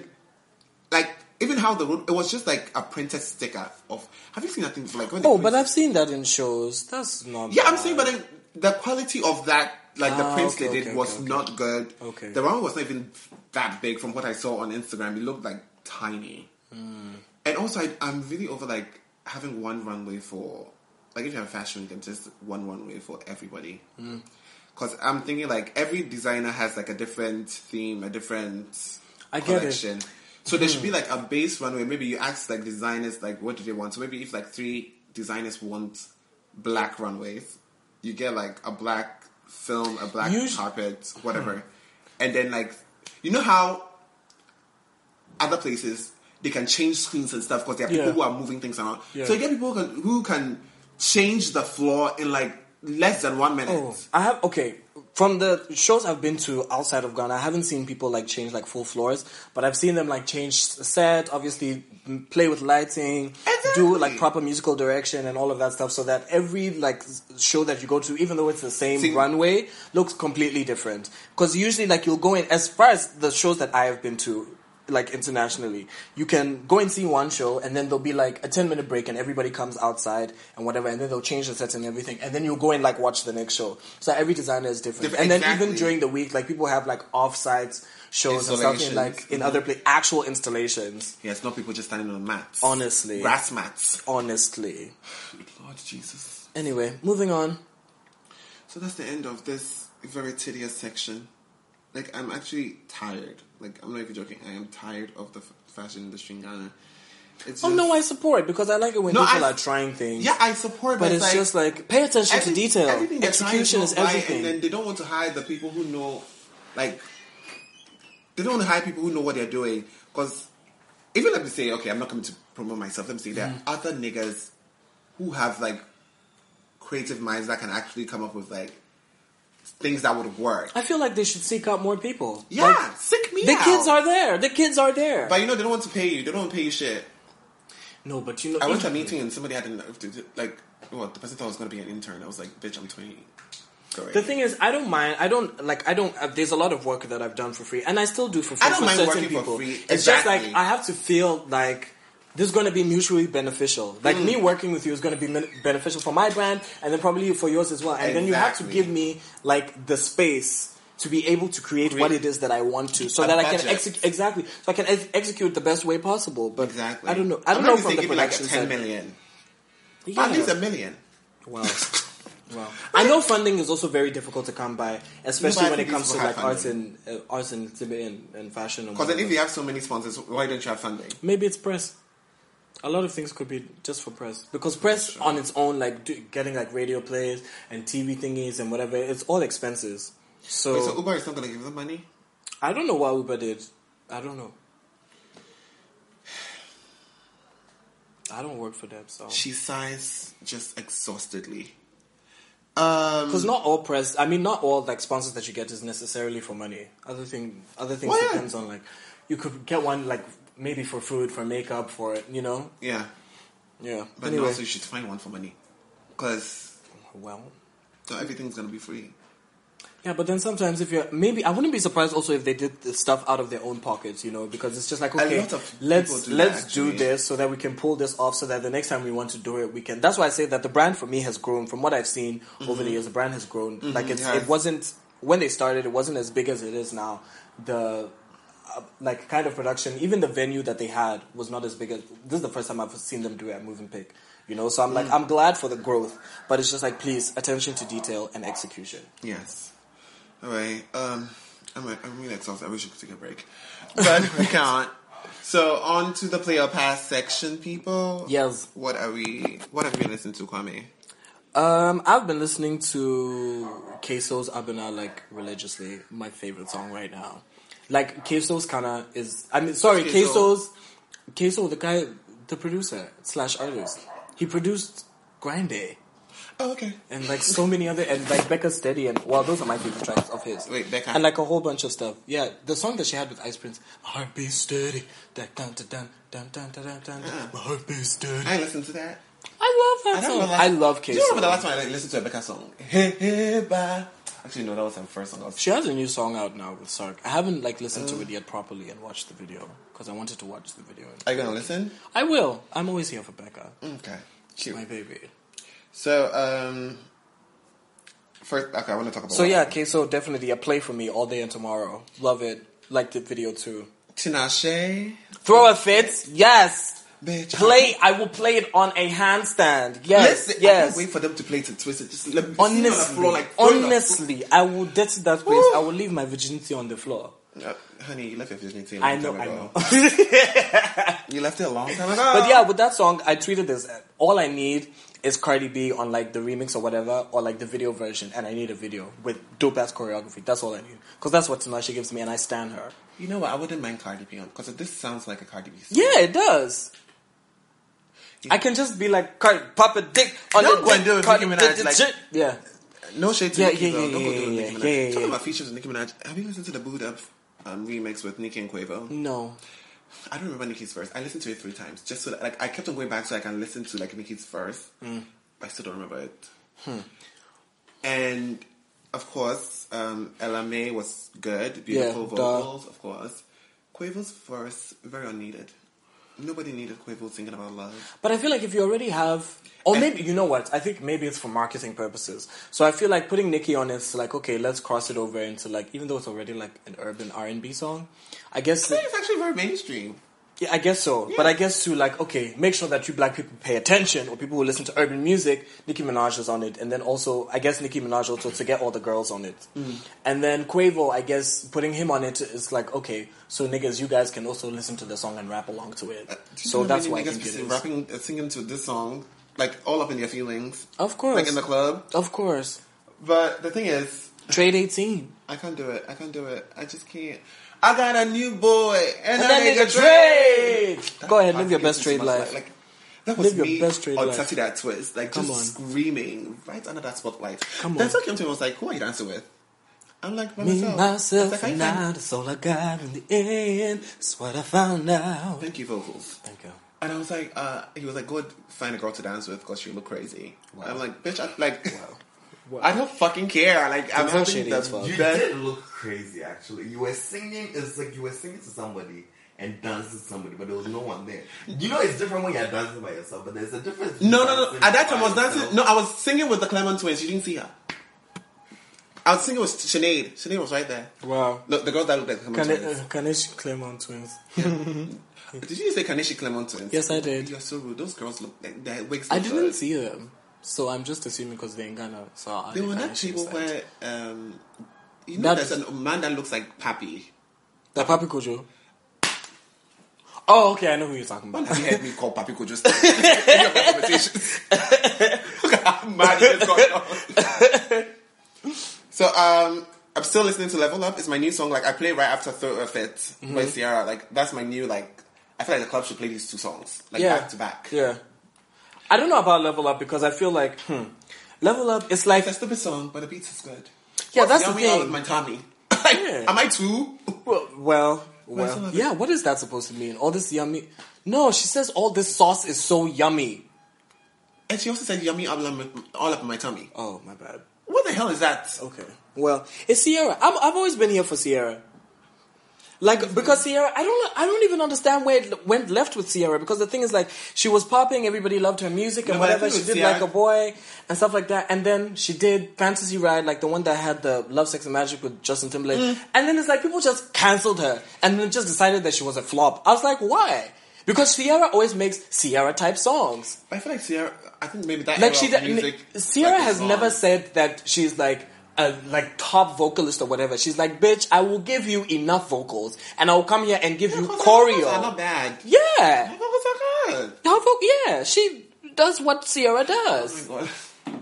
S3: like
S4: like, even how the road, it was just like a printed sticker of, have you seen that thing? Like, when they
S3: Oh,
S4: print-
S3: but I've seen that in shows. That's not
S4: Yeah, I'm
S3: bad.
S4: saying, but then the quality of that, like
S3: Um, Ah,
S4: the prints
S3: okay,
S4: they did,
S3: okay,
S4: was
S3: okay, okay.
S4: not good.
S3: Okay.
S4: the round was not even that big from what I saw on Instagram. It looked like tiny.
S3: Hmm.
S4: And also, I, I'm really over like having one runway for, like, if you have a fashion, you can just one runway for everybody.
S3: Hmm.
S4: Because I'm thinking like every designer has like a different theme, a different
S3: I get it. Hmm.
S4: collection. So there should be like a base runway. Maybe you ask like designers like what do they want. So maybe if like three designers want black runways, you get like a black film, a black
S3: Usu- Hmm.
S4: carpet, whatever. And then like you know how other places they can change screens and stuff because there are people
S3: Yeah.
S4: who are moving things around.
S3: Yeah.
S4: So you get people who can, who can change the floor in like less than one minute.
S3: Oh, I have okay. From the shows I've been to outside of Ghana, I haven't seen people like change like full floors, but I've seen them like change s- set, obviously m- play with lighting, do like
S4: Exactly.
S3: proper musical direction and all of that stuff, so that every like s- show that you go to, even though it's the same
S4: Sing-
S3: runway, looks completely different. Because usually, like you'll go in as far as the shows that I have been to. Like internationally, you can go and see one show, and then there'll be like a ten minute break, and everybody comes outside and whatever, and then they'll change the set and everything, and then you'll go and like watch the next show. So every designer is different, and
S4: Different-
S3: then even
S4: exactly.
S3: during the week, like people have like off-site shows and stuff in like in
S4: Installations.
S3: other place, actual installations.
S4: Yes, not people just standing on mats.
S3: Honestly.
S4: Grass mats.
S3: Honestly.
S4: Lord Jesus.
S3: Anyway, moving on.
S4: So that's the end of this very tedious section. Like, I'm actually tired. Like, I'm not even joking. I am tired of the f- fashion industry in Ghana. It's
S3: Oh
S4: just-
S3: no, I support because I like it when
S4: No,
S3: people
S4: I-
S3: are trying things.
S4: Yeah, I support,
S3: but it's
S4: like,
S3: just like pay attention
S4: every-
S3: to detail.
S4: everything they're trying
S3: Execution
S4: to
S3: is
S4: buy,
S3: everything.
S4: And then they don't want to hire the people who know, like, they don't want to hire people who know what they're doing. Because even let me say, okay, I'm not coming to promote myself. Let me say there are other niggas who have like creative minds that can actually come up with like things that would work.
S3: I feel like they should seek out more people.
S4: Yeah,
S3: Like,
S4: sick me.
S3: the
S4: out.
S3: kids are there. The kids are there.
S4: but you know they don't want to pay you. They don't want to pay you shit.
S3: no, but you know,
S4: I went to a
S3: even-
S4: meeting and somebody had an like, well, the person thought I was going to be an intern. I was like, bitch, I'm 20. Correct.
S3: The thing is, I don't mind. I don't like. I don't. Uh, there's a lot of work that I've done for free, and I still do for free.
S4: I don't
S3: for
S4: mind
S3: certain
S4: working for
S3: people.
S4: free.
S3: It's just like
S4: Exactly.
S3: I have to feel like this is going to be mutually beneficial. Like
S4: Mm.
S3: me working with you is going to be men- beneficial for my brand, and then probably for yours as well. And then you have to
S4: Exactly.
S3: give me like the space to be able to create, what it
S4: Create
S3: is that I want to, so
S4: a
S3: that I can
S4: budget.
S3: execute exactly. So I can ex- execute the best way possible. But
S4: Exactly.
S3: I don't know. I don't
S4: Sometimes
S3: know
S4: they
S3: from the
S4: give you like a
S3: production
S4: ten
S3: side.
S4: million.
S3: Yeah.
S4: At least a million.
S3: Wow. Wow. I know funding is also very difficult to come by, especially
S4: No, but I
S3: when it
S4: think
S3: comes
S4: these
S3: to
S4: people
S3: like
S4: have
S3: arts and uh, arts and exhibit and, and fashion.
S4: Because then if you have so many sponsors, why don't you have funding?
S3: maybe it's press. A lot of things could be just for press because press on its own, like do, getting like radio plays and TV thingies and whatever, it's all expenses. So,
S4: Wait, so Uber is not going to give them money?
S3: I don't know what Uber did. I don't know. I don't work for them, so
S4: She sighs just exhaustedly. Um,
S3: Because not all press, I mean, not all like sponsors that you get is necessarily for money. Other thing, other things
S4: Well, yeah.
S3: depends on like you could get one like maybe for food, for makeup, for you know,
S4: yeah,
S3: yeah.
S4: but
S3: anyway,
S4: also you should find one for money, because
S3: well,
S4: so everything's going to be free.
S3: yeah. But then sometimes if you're maybe I wouldn't be surprised also if they did the stuff out of their own pockets, you know, because it's just like okay,
S4: lot of people
S3: let's
S4: do that,
S3: let's do
S4: actually.
S3: this so that we can pull this off, so that the next time we want to do it, we can. That's why I say that the brand for me has grown from what I've seen over the years. The brand has grown. like it's,
S4: Mm-hmm. yeah.
S3: it wasn't when they started. It wasn't as big as it is now. The uh, like kind of production, even the venue that they had was not as big as this is the first time I've seen them do it at Move and Pick. You know, so I'm
S4: Mm.
S3: like I'm glad for the growth, but it's just like please attention to detail and execution.
S4: Yes. All right. Um, I'm, I'm really exhausted. I wish I could take a break, but we can't. So on to the player pass section, people.
S3: Yes.
S4: What are we? What have we listened to, Kwame?
S3: Um, I've been listening to Queso's Abena like religiously. My favorite song right now. Like Queso's kinda is I mean sorry,
S4: Queso.
S3: Queso's Queso, the guy the producer slash artist. He produced Grande
S4: Oh, okay.
S3: and like so many other and like Becca Steady and well those are my favorite tracks of his.
S4: Wait, Becca.
S3: And like a whole bunch of stuff. Yeah, the song that she had with Ice Prince, My Heart Beats Steady, that dun dun dun dun dun dun dun dun
S4: Mm.
S3: My Heart Beats Steady.
S4: I listened to that.
S3: I love
S4: I
S3: that
S4: don't
S3: song.
S4: remember.
S3: I love
S4: Do
S3: Queso.
S4: you remember the last time I listened to a Becca song? Hey, hey, bye. Actually, no, that was her first song. I was-
S3: She has a new song out now with Sark. I haven't like listened to it yet properly and watched the video because I wanted to watch the video.
S4: Are you gonna listen? Mm,
S3: I will. I'm always here for Becca,
S4: Okay. Cute.
S3: my baby.
S4: So, um, first, okay, I want to talk about.
S3: So
S4: what-
S3: yeah, Queso definitely a play for me all day and tomorrow. Love it. Like the video too.
S4: Tinashe,
S3: Throw a fit. Yes.
S4: bitch.
S3: Play. I will play it on a handstand. Yes.
S4: Listen, I
S3: yes.
S4: can't wait for them to play to twist it. Just let me
S3: honestly,
S4: see you on the floor, like throw it on the
S3: honestly, I will dead to that place. I will leave my virginity on the floor.
S4: floor. Uh, honey, you left your virginity. a long
S3: I know.
S4: time
S3: I
S4: ago.
S3: know.
S4: You left it a long time ago.
S3: But yeah, with that song, I treated this. All I need is Cardi B on like the remix or whatever, or like the video version, and I need a video with dope ass choreography. That's all I need because that's what Tinashe gives me, and I stand her.
S4: you know what? I wouldn't mind Cardi B on because this sounds like a Cardi B. Song.
S3: Yeah, it does. I can just be like, Cardi, pop a dick on
S4: Don't
S3: the
S4: go and
S3: dick,
S4: do it with
S3: Cardi-
S4: Nicki Minaj,
S3: d- d-
S4: like-
S3: shit. yeah,
S4: No shade to
S3: Yeah,
S4: Nicki
S3: yeah,
S4: though.
S3: yeah,
S4: Don't go
S3: yeah,
S4: do it with
S3: yeah,
S4: Nicki Minaj.
S3: yeah, yeah,
S4: Talking
S3: yeah.
S4: about features with Nicki Minaj. Have you listened to the Booed Up um, remix with Nicki and Quavo?
S3: no,
S4: I don't remember Nicki's verse. I listened to it three times just so that, like I kept on going back so I can listen to like Nicki's verse.
S3: Hmm.
S4: I still don't remember it. And of course, um, Ella May was good, beautiful
S3: Yeah, duh.
S4: vocals. Of course, Quavo's verse very unneeded. Nobody needed Quavo singing about love.
S3: but I feel like if you already have. Or
S4: And-
S3: maybe you know what? I think maybe it's for marketing purposes. So I feel like putting Nicki on is like okay, let's cross it over into like even though it's already like an urban R and B song, I guess
S4: I think it's actually very mainstream.
S3: Yeah, I guess so. But I guess too, like, okay, make sure that you black people pay attention or people who listen to urban music, Nicki Minaj is on it. And then also, I guess Nicki Minaj also to get all the girls on it.
S4: Mm.
S3: And then Quavo, I guess putting him on it is like, okay, so niggas, you guys can also listen to the song and rap along to it.
S4: Uh, Do you
S3: so
S4: know how
S3: that's why
S4: many
S3: I
S4: niggas
S3: think
S4: be
S3: it is.
S4: rapping, uh, singing to this song, like all up in their feelings,
S3: Of course.
S4: like in the club.
S3: Of course.
S4: But the thing is,
S3: Trade 18.
S4: I can't do it. I can't do it. I just can't. I got a new boy
S3: And
S4: and, that
S3: that nigga
S4: nigga trade.
S3: trade! Go ahead, live your best trade life.
S4: Like, that was
S3: Live your
S4: me
S3: best trade
S4: on
S3: life.
S4: Saturday at Twist, like
S3: Come
S4: just
S3: on.
S4: screaming right under that spotlight.
S3: Come
S4: That's
S3: on.
S4: what came to me. I was like, "Who are you dancing with?" I'm like, by
S3: Me,
S4: myself. I was
S3: myself,
S4: like, "How you
S3: and
S4: find-
S3: I, that's all I got in the end. That's what I found out.
S4: Thank you, vocals.
S3: Thank you.
S4: And I was like, uh, he was like, "Go find a girl to dance with because you look crazy." I'm like, "Bitch, I, like,
S3: What?
S4: I don't fucking care. Like I'm
S3: It's
S4: having
S3: not shady
S4: the
S3: as fuck.
S5: You
S4: best-
S5: did look crazy, actually. You were singing. It's like you were singing to somebody and dancing to somebody, but there was no one there. You know, it's different when you're dancing by yourself, but there's a difference. between
S4: No, no, no.
S5: dancing
S4: At that time, I
S5: by
S4: was dancing.
S5: yourself.
S4: No, I was singing with the Clement twins. You didn't see her. I was singing with Sinead. Sinead was right there.
S3: Wow.
S4: Look, the girls that looked like the Clement
S3: Can it,
S4: twins.
S3: uh, can it Claremont twins?
S4: Did you say Kaneshi Clement twins?
S3: uh-huh. Yes, I did.
S4: You're so rude. Those girls look like their wigs.
S3: I
S4: look
S3: didn't
S4: like-
S3: see them, so I'm just assuming because they're in Ghana. So I'll
S4: They were
S3: define
S4: not
S3: it, she
S4: people
S3: was like-
S4: where um, you know,
S3: That-
S4: there's a man that looks like Pappy.
S3: That Papi Kojo. Oh, okay, I know who you're talking about.
S4: Have you heard me call Papi Kojo? in your conversations? Look at how mad it is going on. so um, I'm still listening to Level Up. It's my new song. Like I play right after Throw a Fit
S3: Mm-hmm.
S4: by Ciara. Like that's my new like. I feel like the club should play these two songs like
S3: yeah.
S4: back to back.
S3: Yeah. I don't know about Level Up because I feel like, hmm, Level Up, it's like,
S4: It's a stupid song, but the beats is good.
S3: yeah, that's the
S4: Yummy out with
S3: thing.
S4: my tummy.
S3: Yeah.
S4: Am I two?
S3: Well, well,
S4: I
S3: well
S4: love it.
S3: yeah. What is that supposed to mean? All this yummy? No, she says all this sauce is so yummy.
S4: And she also said yummy all up, my- all up in my tummy.
S3: Oh, my bad.
S4: What the hell is that?
S3: Okay. Well, it's Sierra. I'm, I've always been here for Sierra. Like because Sierra, I don't, I don't even understand where it went left with Sierra because the thing is like she was popping, everybody loved her music and
S4: No, but I
S3: whatever
S4: think
S3: she
S4: with
S3: did,
S4: Sierra-
S3: like a boy and stuff like that, and then she did Fantasy Ride, like the one that had the Love, Sex and Magic with Justin Timberlake,
S4: Mm.
S3: and then it's like people just cancelled her and then just decided that she was a flop. I was like, why? Because Sierra always makes Sierra type songs
S4: I feel like Sierra. I think maybe that
S3: like
S4: era
S3: she
S4: of
S3: did,
S4: music.
S3: Sierra
S4: like, is
S3: has
S4: gone.
S3: never said that she's like a like top vocalist or whatever. She's like, bitch, I will give you enough vocals, and I will come here and give you
S4: Her vocals Are not
S3: choreo.
S4: bad.
S3: Yeah,
S4: Her vocals are good.
S3: her voc- yeah, she does what Sierra
S4: Oh my
S3: does.
S4: god. Do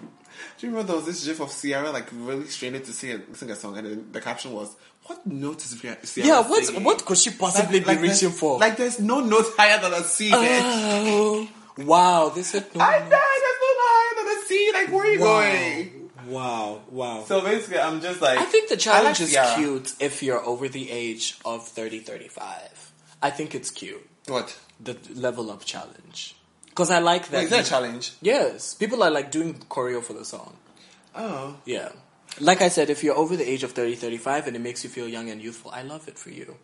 S4: you remember there was this gif of Sierra like really straining to sing a, sing a song, and then the caption was, "What note is Sierra?" Sierra
S3: yeah, what
S4: singing?"
S3: what could she possibly be
S4: there's-
S3: reaching for?
S4: Like there's no note higher than a C. bitch.
S3: oh, wow, this is no,
S4: I died. There's no
S3: no.
S4: note higher than a C. Like where are you
S3: wow,
S4: going?
S3: wow, wow.
S4: So basically, I'm just like
S3: I think the
S4: I
S3: challenge
S4: like
S3: is
S4: Sierra.
S3: cute if you're over the age of 30, 35. I think it's cute.
S4: What?
S3: the level up challenge because I like that.
S4: Wait, is that a challenge?
S3: yes, people are like doing choreo for the song.
S4: Oh.
S3: Yeah. Like I said, if you're over the age of 30, 35 and it makes you feel young and youthful, I love it for you.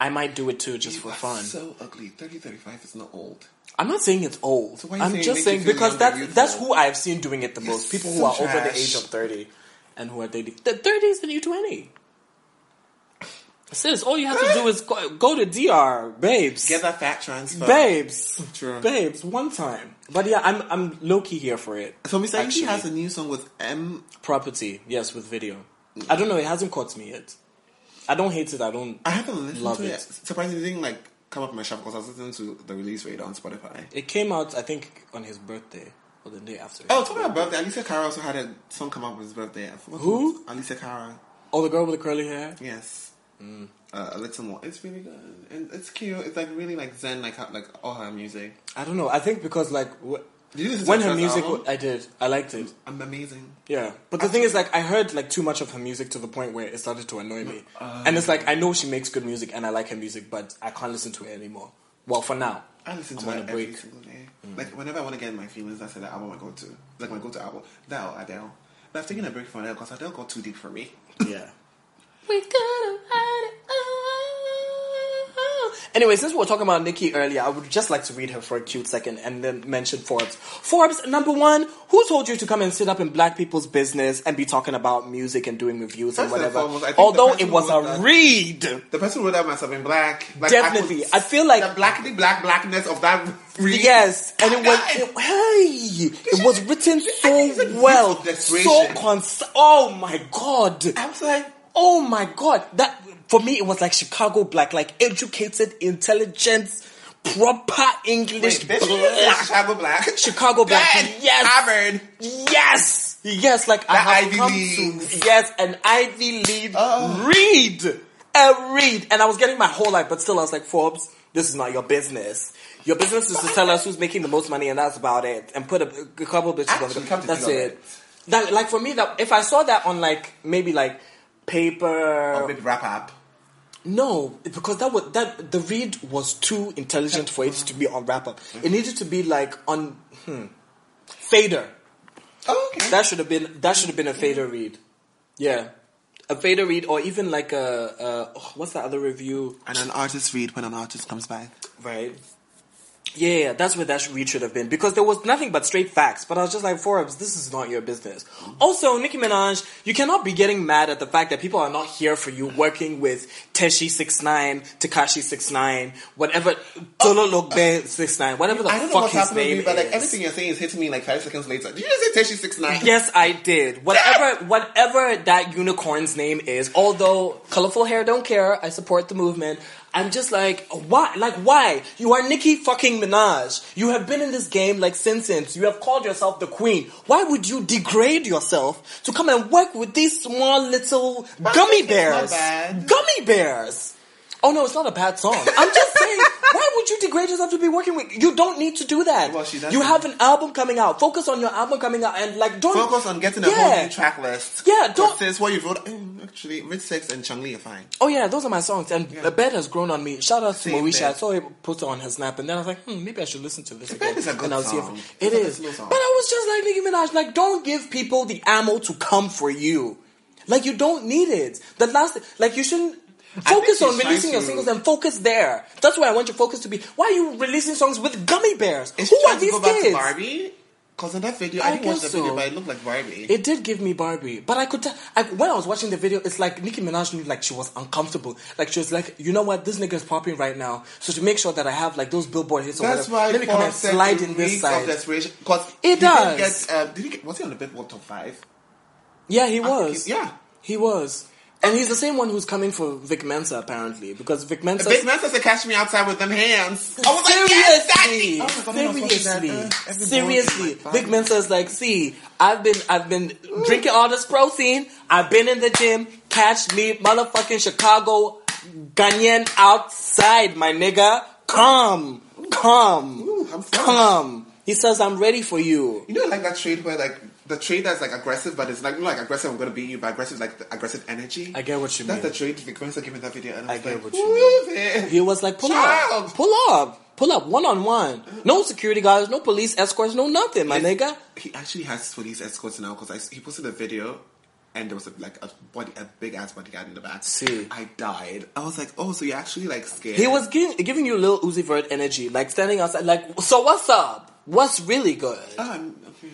S3: I might do it too just
S4: You
S3: for
S4: are
S3: fun.
S4: So ugly. 30, 35 is not old.
S3: I'm not saying it's old.
S4: why are you
S3: I'm
S4: saying it
S3: just
S4: makes
S3: saying
S4: you feel
S3: because
S4: young
S3: that's
S4: and
S3: that's
S4: youthful?
S3: who I've seen doing it the most. People who
S4: so
S3: are over the
S4: trash.
S3: age of 30 and who are dating. The 30s the new 20. Sis, all you have to do is go, go to DR, babes.
S4: Get that fat transfer.
S3: babes,
S4: True.
S3: babes, one time. But yeah, I'm I'm low key here for it.
S4: So Miss Ayushi
S3: Actually.
S4: has a new song with M.
S3: Property, yes, with video. I don't know. It hasn't caught me yet. I don't hate it. I don't.
S4: I haven't listened
S3: Love
S4: to it.
S3: it.
S4: Surprisingly, it didn't like come up in my shuffle because I was listening to the release radar on Spotify.
S3: It came out, I think, on his birthday or the day after.
S4: Oh, talking about birthday, Alicia Cara also had a song come out with his birthday. I forgot
S3: Who?
S4: what- Alicia Cara.
S3: Oh, the girl with the curly hair.
S4: Yes.
S3: Mm.
S4: Uh, a little more. It's really good and it's cute. It's like really like zen, like her, like all her music.
S3: I don't know. I think because like wh-
S4: Did you listen to
S3: when
S4: her
S3: her
S4: first
S3: music,
S4: album?
S3: I did. I liked it.
S4: I'm amazing.
S3: Yeah, but the thing is, like, I heard like too much of her music to the point where it started to annoy me.
S4: Uh,
S3: and it's like I know she makes good music and I like her music, but I can't listen to it anymore. Well, for now.
S4: I listen to
S3: I'm
S4: her
S3: on a
S4: every
S3: break. Mm.
S4: single day. Like whenever I want to get in my feelings, that's the album I go to. It's like my go-to album. That or Adele. But I've taken a break from Adele because Adele got too deep for me.
S3: Yeah.
S2: We gotta ride it on.
S3: Ah. Anyway, since we were talking about Nikki earlier, I would just like to read her for a cute second and then mention Forbes. Forbes, number one, who told you to come and sit up in black people's business and be talking about music and doing reviews and
S4: First and
S3: whatever?
S4: foremost, I think the
S3: Although
S4: person
S3: it was
S4: who
S3: a
S4: wrote that-
S3: read.
S4: The person who wrote that must have been black. Like,
S3: Definitely.
S4: could-
S3: I feel like-
S4: the blackity black blackness of that. Read.
S3: Yes, and it was
S4: God.
S3: it, hey, it was written
S4: it's a
S3: so
S4: bit
S3: well,
S4: of
S3: so
S4: desperation.
S3: cons. Oh my god!
S4: I was like,
S3: Oh my god! That for me, it was like Chicago black, like educated, intelligent, proper
S4: wait,
S3: English
S4: bitch, you said
S3: black.
S4: Chicago black,
S3: Chicago black.
S4: Yes,
S3: Yes.
S4: Harvard.
S3: Yes, yes, like I
S4: That
S3: have
S4: Ivy
S3: come
S4: League.
S3: to yes, an Ivy League read a read, and I was getting my whole life, but still, I was like Forbes, this is not your business. Your business is to tell us who's making the most money, and that's about it. And put a, a couple of bitches on
S4: Actually, come
S3: the
S4: to
S3: that's it.
S4: think of it.
S3: That like for me, that if I saw that on like maybe like
S4: Or
S3: paper,
S4: Oh, maybe wrap up.
S3: no, because that was that the read was too intelligent for it to be on wrap up. It needed to be like on hmm, fader.
S7: Oh, okay.
S3: That should have been that should have been a fader read. Yeah. A fader read or even like a, uh oh, what's that other review?
S4: And an artist read when an artist comes by.
S3: Right. Yeah, yeah, that's where that sh- read should have been because there was nothing but straight facts. But I was just like, Forbes, this is not your business. Also, Nicki Minaj, you cannot be getting mad at the fact that people are not here for you working with Teshi Six Nine, Takashi Six Nine, whatever, Tolo Lokbe Six Nine, whatever the
S4: Oh. I don't know
S3: fuck
S4: what's
S3: his
S4: happening to
S3: name
S4: me, but like
S3: is.
S4: everything you're saying is hitting me like five seconds later. Did you just say Teshi six nine?
S3: Yes, I did. Whatever, whatever that unicorn's name is. Although colorful hair, don't care. I support the movement. I'm just like, why? Like, why? You are Nicki fucking Minaj. You have been in this game like since since. You have called yourself the queen. Why would you degrade yourself to come and work with these small little gummy bears?
S4: bad.
S3: Gummy bears. Oh no, it's not a bad song. I'm just saying, why would you degrade yourself to be working with? You don't need to do that.
S4: Well, she doesn't.
S3: you have an album coming out. Focus on your album coming out and like don't
S4: Focus on getting a
S3: Yeah.
S4: whole new track list.
S3: Yeah, don't-
S4: Since what you wrote, mm, actually, Rich Six and Chung Lee are fine.
S3: Oh yeah, those are my songs. And the bed has grown on me. Shout out to
S4: Same
S3: Moesha. I
S4: bed.
S3: saw it put on her snap, and then I was like, hmm, maybe I should listen to this again.
S4: bed is a good
S3: and I was
S4: song.
S3: Here for, it
S4: It's a
S3: is.
S4: good slow song.
S3: But I was just like Nicki Minaj, like don't give people the ammo to come for you. Like you don't need it. The last, like you shouldn't. Focus
S4: she's
S3: on
S4: trying
S3: releasing your
S4: to-
S3: singles and focus there. That's where I want your focus to be. Why are you releasing songs with gummy bears?
S4: Is she
S3: Who
S4: trying
S3: are
S4: to
S3: these
S4: go back to
S3: kids?
S4: Barbie? Because in that video,
S3: I
S4: I, didn't watch the
S3: guess so.
S4: video, but it looked like Barbie.
S3: It did give me Barbie, but I could tell. I, when I was watching the video, it's like Nicki Minaj knew like she was uncomfortable. Like she was like, you know what, this nigga is popping right now, so to make sure that I have like those billboard hits, or
S4: That's
S3: whatever,
S4: why
S3: let me come
S4: Paul
S3: and
S4: said
S3: slide
S4: the
S3: in this
S4: week
S3: side.
S4: Of desperation, because
S3: It does.
S4: Get, um, did he get, was he on the Billboard top five?
S3: yeah, he was.
S4: yeah.
S3: he was, and he's the same one who's coming for Vic Mensa apparently because Vic Mensa.
S4: Big man says to catch me outside with them hands. I was like, yes,
S3: Seriously,
S4: daddy. Oh my God, when I was watching
S3: seriously,
S4: that, uh, every boy
S3: seriously.
S4: was like,
S3: Big Mensa is like, see, I've been, I've been drinking all this protein. I've been in the gym. Catch me, motherfucking Chicago Ghanaian outside, my nigga. Come, come,
S4: Ooh, I'm sorry.
S3: come. He says, I'm ready for you.
S4: You know, like that trade where like the trade that's like aggressive, but it's like not like aggressive. I'm gonna beat you, but aggressive like the aggressive energy.
S3: I get what you
S4: That's
S3: mean.
S4: the trade. Vic Mensa gave me that video, and I,
S3: I
S4: was
S3: get
S4: like,
S3: what you
S4: "Move it."
S3: He was like, pull up,
S4: Child.
S3: pull up, pull up, one on one. No security guards, no police escorts, no nothing, my
S4: Yes.
S3: nigga.
S4: He actually has police escorts now because he posted a video and there was a, like a body, a big ass bodyguard in the back.
S3: See.
S4: I died. I was like, oh, so you're actually like scared.
S3: He was giving, giving you little Uzi Vert energy, like standing outside, like, so what's up? What's really good?
S4: Oh, I'm- okay.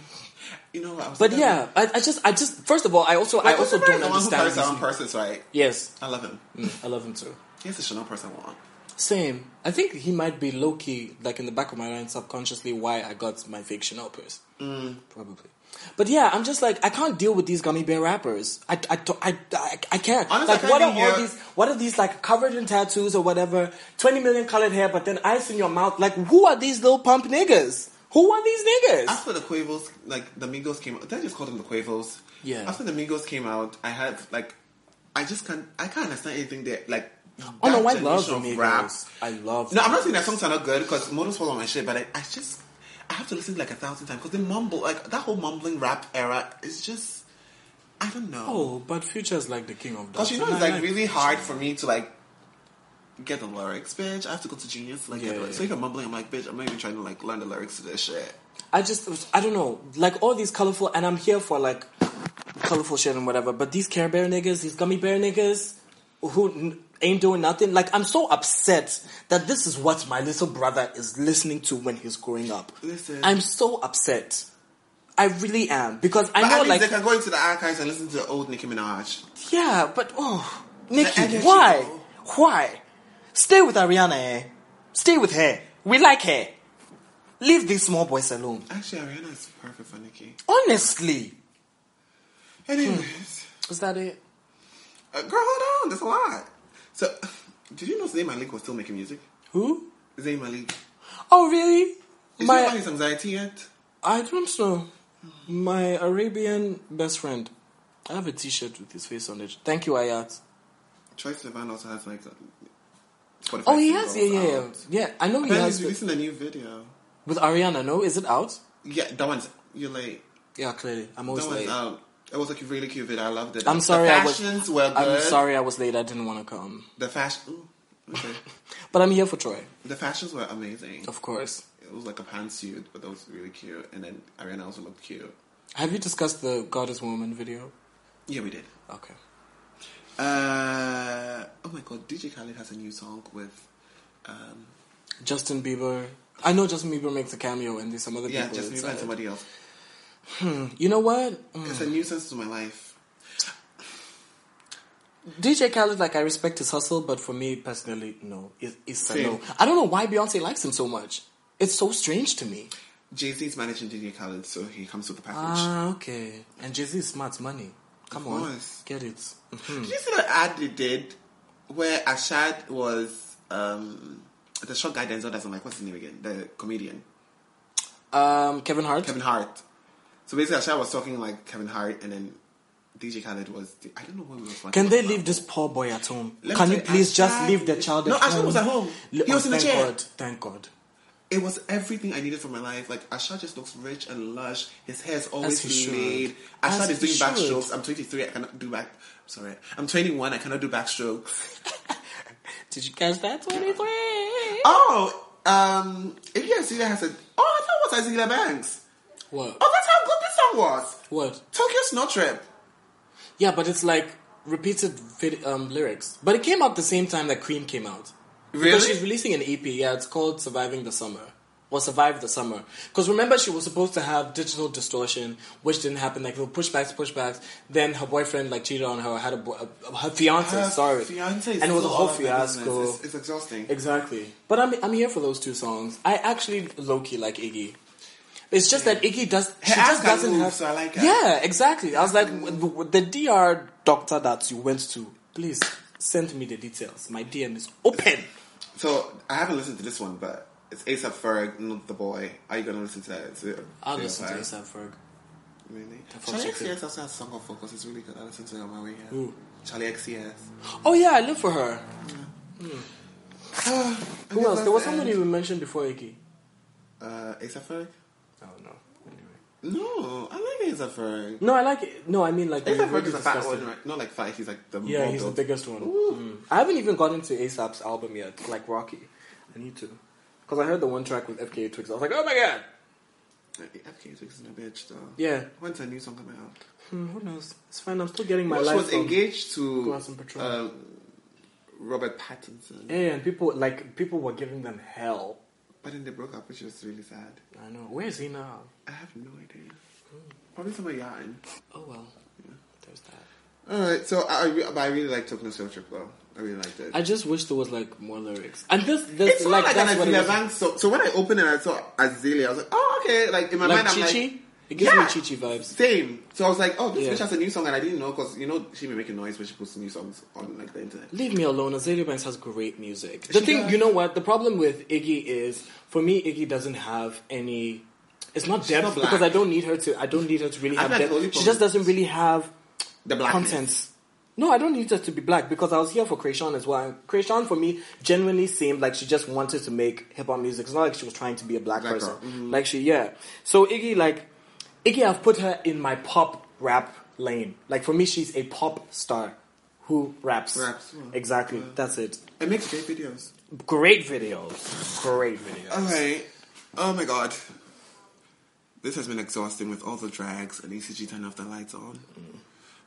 S4: you know, I was
S3: But
S4: like,
S3: yeah, I, I just, I just, first of all, I also, I
S4: Like,
S3: also
S4: Uzi Vert
S3: don't
S4: is the one who um,
S3: understand.
S4: carries
S3: these-
S4: their own purses, right?
S3: Yes, mm,
S4: I love him.
S3: I love him too.
S4: He has a Chanel purse I want.
S3: Same. I think he might be low key, like in the back of my mind, subconsciously, why I got my fake Chanel purse.
S4: Mm.
S3: Probably. But yeah, I'm just like I can't deal with these gummy bear rappers. I I to- I, I, I can't.
S4: Honestly, I
S3: like
S4: can't
S3: what
S4: even
S3: are all
S4: hear-
S3: these? What are these like covered in tattoos or whatever? Twenty million colored hair, but then ice in your mouth. Like who are these little pump niggas? Who are these niggas?
S4: After the Quavos, like the Migos came out, did I just call them the Quavos?
S3: Yeah.
S4: After the Migos came out, I have like, I just can't, I can't understand anything that like.
S3: Oh no,
S4: that
S3: I love
S4: generation
S3: the
S4: of rap.
S3: Migos. I love.
S4: No, I'm not
S3: the
S4: saying their songs are not good because Motos fall on my shit, but I, I just I have to listen to like a thousand times because they mumble like that whole mumbling rap era is just I don't know
S3: Oh, but Future's like the king of.
S4: because you know
S3: dance,
S4: it's
S3: and I
S4: like really hard for me to like get the lyrics, bitch. I have to go to Genius to, like
S3: Yeah,
S4: get the lyrics.
S3: yeah.
S4: So if you're mumbling, I'm like, bitch, I'm not even trying to like learn the lyrics to this shit.
S3: I just, I don't know, like all these colorful, and I'm here for like colorful shit and whatever. But these Care Bear niggas, these gummy bear niggas, who n- ain't doing nothing. Like I'm so upset that this is what my little brother is listening to when he's growing up.
S4: Listen.
S3: I'm so upset. I really am because I
S4: But at
S3: know,
S4: least
S3: like,
S4: they can go into the archives and listen to the old Nicki Minaj.
S3: yeah, but oh, Nikki,
S4: energy,
S3: why,
S4: though.
S3: why? Stay with Ariana, eh? Stay with her. We like her. Leave these small boys alone.
S4: Actually, Ariana is perfect for Nicki.
S3: Honestly,
S4: Anyways,
S3: is that it?
S4: uh, girl, hold on, there's a lot. So, did you know Zayn Malik was still making music?
S3: Who?
S4: Zayn Malik.
S3: Oh, really?
S4: Is
S3: my
S4: he about his anxiety yet?
S3: I don't know. My Arabian best friend. I have a T-shirt with his face on it. Thank you, Ayat.
S4: Troy Sivan also has like. uh, Spotify
S3: Oh, he has. Yeah,
S4: singles
S3: yeah, yeah.
S4: out.
S3: Yeah, I know he
S4: Apparently
S3: has.
S4: he's releasing a new video.
S3: With Ariana, no, is it out?
S4: Yeah, that one's. You're late.
S3: Yeah, clearly. I'm
S4: That
S3: always
S4: one's
S3: late.
S4: out. It was like a really cute video. I loved it.
S3: I'm sorry.
S4: The
S3: I
S4: fashions
S3: was.
S4: were good.
S3: I'm sorry. I was late. I didn't want to come.
S4: The fashion. Okay.
S3: But I'm here for Troy,
S4: the fashions were amazing.
S3: of course.
S4: It was like a pantsuit, but that was really cute. And then Ariana also looked cute.
S3: Have you discussed the goddess woman video?
S4: Yeah, we did.
S3: Okay.
S4: Uh, oh my god, DJ Khaled has a new song with. Um,
S3: Justin Bieber. I know Justin Bieber makes a cameo and there's some other
S4: yeah,
S3: people.
S4: just me
S3: inside.
S4: and somebody else.
S3: You know what? Mm.
S4: It's a nuisance to my life.
S3: DJ Khaled, like I respect his hustle, but for me personally, no, it, it's a
S4: Same.
S3: no. I don't know why Beyonce likes him so much. It's so strange to me.
S4: Jay Z is managing DJ Khaled, so he comes with the package.
S3: Ah, okay. And Jay Z is smart money. Come
S4: Of
S3: on,
S4: course.
S3: get it.
S4: Did you see the ad they did where Ashad was um, the short guy Denzel doesn't like? What's his name again? The comedian.
S3: Um, Kevin Hart.
S4: Kevin Hart. So basically, Ashad was talking like Kevin Hart, and then DJ Khaled was. The, I don't know what we were talking
S3: Can they
S4: about.
S3: leave this poor boy at home?
S4: Let me
S3: Can
S4: tell
S3: you
S4: you,
S3: please just
S4: Ashad
S3: leave the
S4: is-
S3: child
S4: No,
S3: at
S4: Ashad
S3: home?
S4: was at home.
S3: Le-
S4: He was in the
S3: thank
S4: chair.
S3: God. Thank God.
S4: It was everything I needed for my life. Like Ashad just looks rich and lush. His hair's always
S3: he should.
S4: laid.
S3: As
S4: Ashad is
S3: he
S4: doing back
S3: should.
S4: strokes. I'm 23. I cannot do back. Sorry, I'm 21. I cannot do back strokes.
S3: Did you catch that? Twenty three.
S4: Oh, um, if you see that has a oh, that was Isaiah Banks.
S3: What?
S4: Oh, that's how good this song was.
S3: What?
S4: Tokyo Snow Trip.
S3: Yeah, but it's like repeated vid- um, lyrics. But it came out the same time that Cream came out. Because she's releasing an EP. Yeah, it's called Surviving the Summer. Or Survive the Summer. Because remember, she was supposed to have digital distortion, which didn't happen. Like, there were pushbacks, pushbacks. Then her boyfriend, like, cheated on her, had a boy, uh, her fiance,
S4: Her
S3: sorry.
S4: fiance is
S3: and it was a
S4: still
S3: whole
S4: all up in business.
S3: fiasco.
S4: It's, it's exhausting.
S3: Exactly. But I'm I'm here for those two songs. I actually low key like Iggy. It's just that Iggy does she
S4: ass
S3: just
S4: can
S3: doesn't
S4: move,
S3: have.
S4: so I like her. Mm.
S3: yeah, exactly. I was like w- the, the DR doctor that you went to. Please send me the details. My DM is open.
S4: So I haven't listened to this one, but it's ASAP Ferg, not the boy. Are you gonna listen to that? It's a-
S3: I'll
S4: it's
S3: listen
S4: a
S3: to
S4: vibe.
S3: ASAP Ferg.
S4: Really?
S3: fuck
S4: Charlie
S3: she said.
S4: XCX also has a song called Focus. It's really good. I listened to it on my way here.
S3: Who?
S4: Charlie XCX.
S3: Oh yeah, I live for her. Who
S4: Okay,
S3: else? There
S4: let's
S3: was
S4: end.
S3: somebody we mentioned before Iggy.
S4: um, Uh, ASAP Ferg?
S3: I don't know. Oh, Anyway.
S4: No, I like ASAP Ferg.
S3: No, I like it. No, I mean like we
S4: ASAP Ferg
S3: already
S4: is a fat
S3: discussed
S4: one,
S3: it.
S4: right? Not like fat. He's like the
S3: Yeah,
S4: more
S3: he's the
S4: built.
S3: biggest one. Mm. I haven't even gotten to ASAP's album yet, like Rocky. I need to. Because I heard the one track with FKA Twigs. I was like, oh my god!
S4: Uh, FK Twigs is a bitch though.
S3: Yeah.
S4: When's her new song coming out?
S3: Hmm, who knows? It's fine, I'm still getting my
S4: Well, she
S3: life.
S4: was
S3: from-
S4: engaged to
S3: Glass and Petrol.
S4: um, Robert Pattinson,
S3: Yeah, and people, like, people were giving them hell.
S4: but then they broke up, which was really sad.
S3: I know. Where is he now?
S4: I have no idea.
S3: Hmm.
S4: Probably somewhere yarn.
S3: Oh well. There's that.
S4: All right, so I, I re- but I really like Tokyo Soul Trip though. I really liked it.
S3: I just wish there was, like, more lyrics. And this, this
S4: it's
S3: like,
S4: like, like
S3: that's
S4: an
S3: what it
S4: Azealia
S3: was.
S4: Banks song. So when I opened it, I saw Azealia. I was like, oh okay. Like in my
S3: Like,
S4: mind,
S3: Chi
S4: I'm like.
S3: Chi? It gives
S4: Yeah.
S3: me Chi Chi vibes.
S4: Same. So I was like, oh, this
S3: Yeah.
S4: bitch has a new song, and I didn't know because you know she be making noise when she puts new songs on like the internet.
S3: Leave me alone. Azalea Banks has great music. The
S4: She
S3: thing,
S4: does.
S3: you know what? The problem with Iggy is, for me, Iggy doesn't have any. It's not
S4: not
S3: depth
S4: black.
S3: because I don't need her to. I don't need her to really
S4: I
S3: have
S4: feel like the only
S3: depth. She
S4: problem
S3: just
S4: is-
S3: doesn't really have
S4: The black
S3: content. No, I don't need her to be black because I was here for Krayshawn as well. And Krayshawn for me genuinely seemed like she just wanted to make hip hop music. It's not like she was trying to be a black,
S4: Black
S3: person.
S4: girl. Mm-hmm.
S3: Like she, yeah. So Iggy, like Iggy, I've put her in my pop rap lane. Like for me, she's a pop star who raps.
S4: Raps, yeah.
S3: Exactly. That's it.
S4: It makes great videos.
S3: Great videos. Great videos.
S4: Alright. Oh my god. This has been exhausting with all the drags and E ECG turning off the lights on.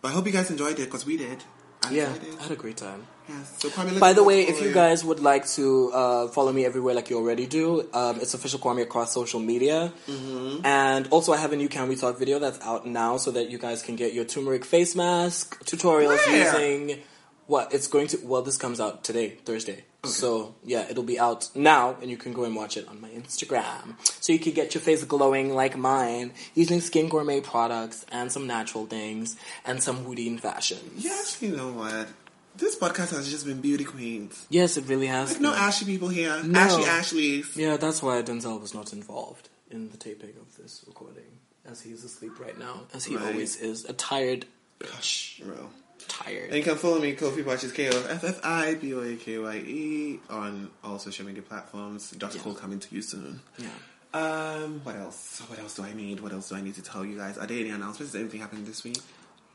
S4: But I hope you guys enjoyed it because we did. I
S3: Yeah,
S4: enjoyed it.
S3: I had a great time.
S4: Yes. So Kwame,
S3: By
S4: let's
S3: the
S4: go
S3: way,
S4: for
S3: if you
S4: it.
S3: guys would like to uh, follow me everywhere like you already do, um, it's official Kwame across social media.
S4: Mm-hmm.
S3: And also, I have a new Can We Talk video that's out now so that you guys can get your turmeric face mask tutorials
S4: Where?
S3: using what it's going to. Well, this comes out today, Thursday. So, yeah, it'll be out now, and you can go and watch it on my Instagram. So, you can get your face glowing like mine using Skin Gourmet products and some natural things and some Houdin fashions.
S4: You actually know what? This podcast has just been beauty queens.
S3: Yes, it really has.
S4: Like no
S3: been.
S4: Ashley people here.
S3: No.
S4: Ashley Ashleys.
S3: Yeah, that's why Denzel was not involved in the taping of this recording, as he's asleep right now, as he
S4: Right.
S3: always is. A tired bitch.
S4: Bro. And
S3: Tired.
S4: you can follow me, Kofi Baches, K-O-F-F-I-B-O-A-K-Y-E, E, on all social media platforms. Dr.
S3: Yeah.
S4: Cole coming to you soon.
S3: Yeah.
S4: Um, what else? What else do I need? What else do I need to tell you guys? Are there any announcements? Is anything happening this week?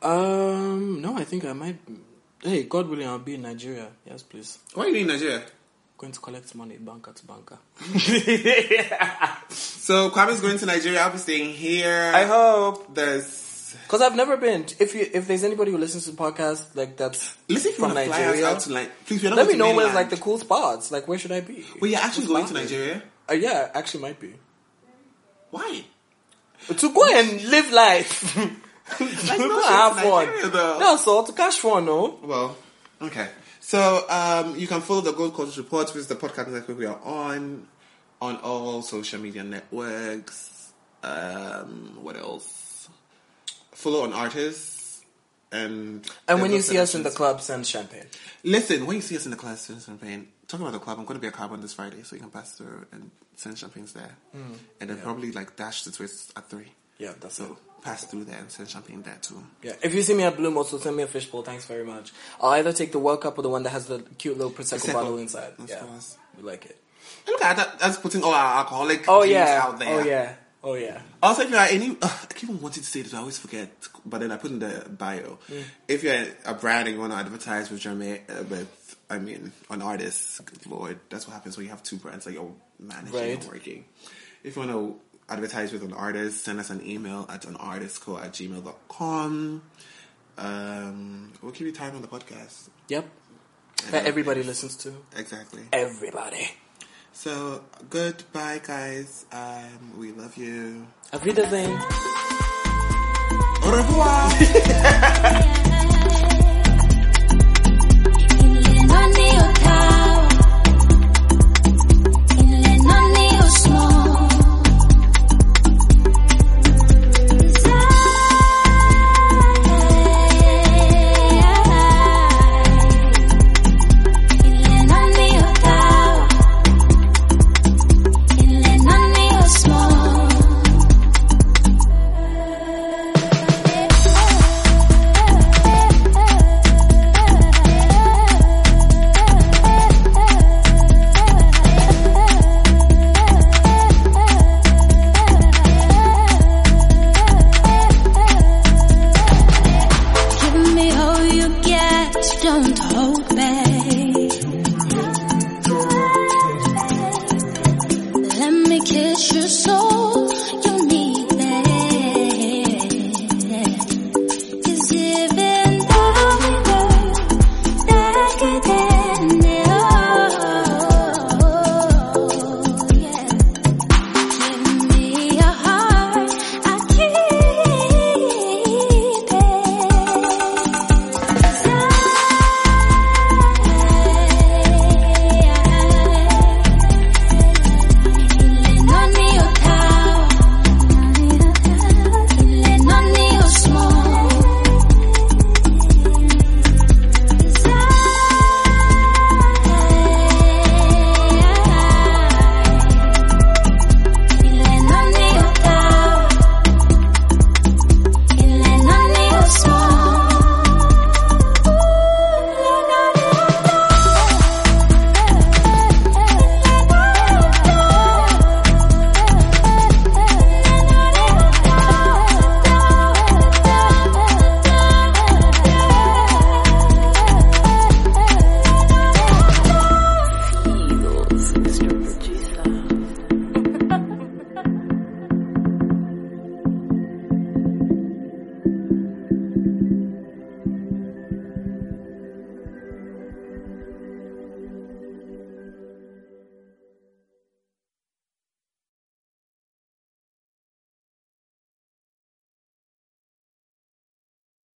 S3: Um, no, I think I might. Hey, God willing, I'll be in Nigeria. Yes, please.
S4: Why are you in Nigeria?
S3: Going to collect money banker to banker.
S4: So Kwame's going to Nigeria. I'll be staying here.
S3: I hope
S4: there's.
S3: because I've never been. If you if there's anybody who listens to podcasts like that's
S4: Listen, if you
S3: from
S4: want to fly us
S3: Nigeria,
S4: out to like, please, we're not
S3: let me
S4: going to
S3: know where's like
S4: mainland.
S3: the cool spots. Like where should I be?
S4: Well, you're actually going to
S3: Bali.
S4: Nigeria.
S3: Uh, yeah, actually might be
S4: Why?
S3: to go and live life.
S4: Like,
S3: Go
S4: no,
S3: and
S4: have
S3: have fun.
S4: Nigeria, though.
S3: That's all to cash for no.
S4: Well, okay. So um, you can follow the Gold Coast Report, which is the podcast network we are on, on all social media networks. Um, what else? Follow on artists. And
S3: And
S4: their
S3: when you
S4: book
S3: see us in the
S4: selections.
S3: club, send champagne.
S4: listen, when you see us in the club, send champagne. Talking about the club, I'm going to be a club on this Friday, so you can pass through and send champagnes there,
S3: Hmm.
S4: and then probably like dash the twist at three.
S3: Yeah, that's
S4: So pass through there and send champagne there too.
S3: Yeah, if you see me at Bloom, also send me a fishbowl. Thanks very much. I'll either take the World Cup or the one that has the cute little prosecco
S4: Prosecco.
S3: bottle inside.
S4: That's
S3: yeah,
S4: nice.
S3: we like it.
S4: And look at that. That's putting all our alcoholic
S3: Oh
S4: drinks
S3: yeah.
S4: out there.
S3: Oh yeah. Oh yeah.
S4: Also, if you are any, uh, I keep on wanting to say this, I always forget, but then I put in the bio. If you're a brand and you want to advertise with Jermaine, uh, with, I mean, an artist, good lord, that's what happens when you have two brands that you're managing and
S3: Right.
S4: working. If you want to advertise with an artist, send us an email at anartistco at gmail.com. Um, we'll keep you time on the podcast.
S3: Yep. That everybody listens to.
S4: Exactly.
S3: Everybody.
S4: So, goodbye, guys. Um, we love you.
S3: Auf Wiedersehen.
S4: Au revoir!
S8: Yeah.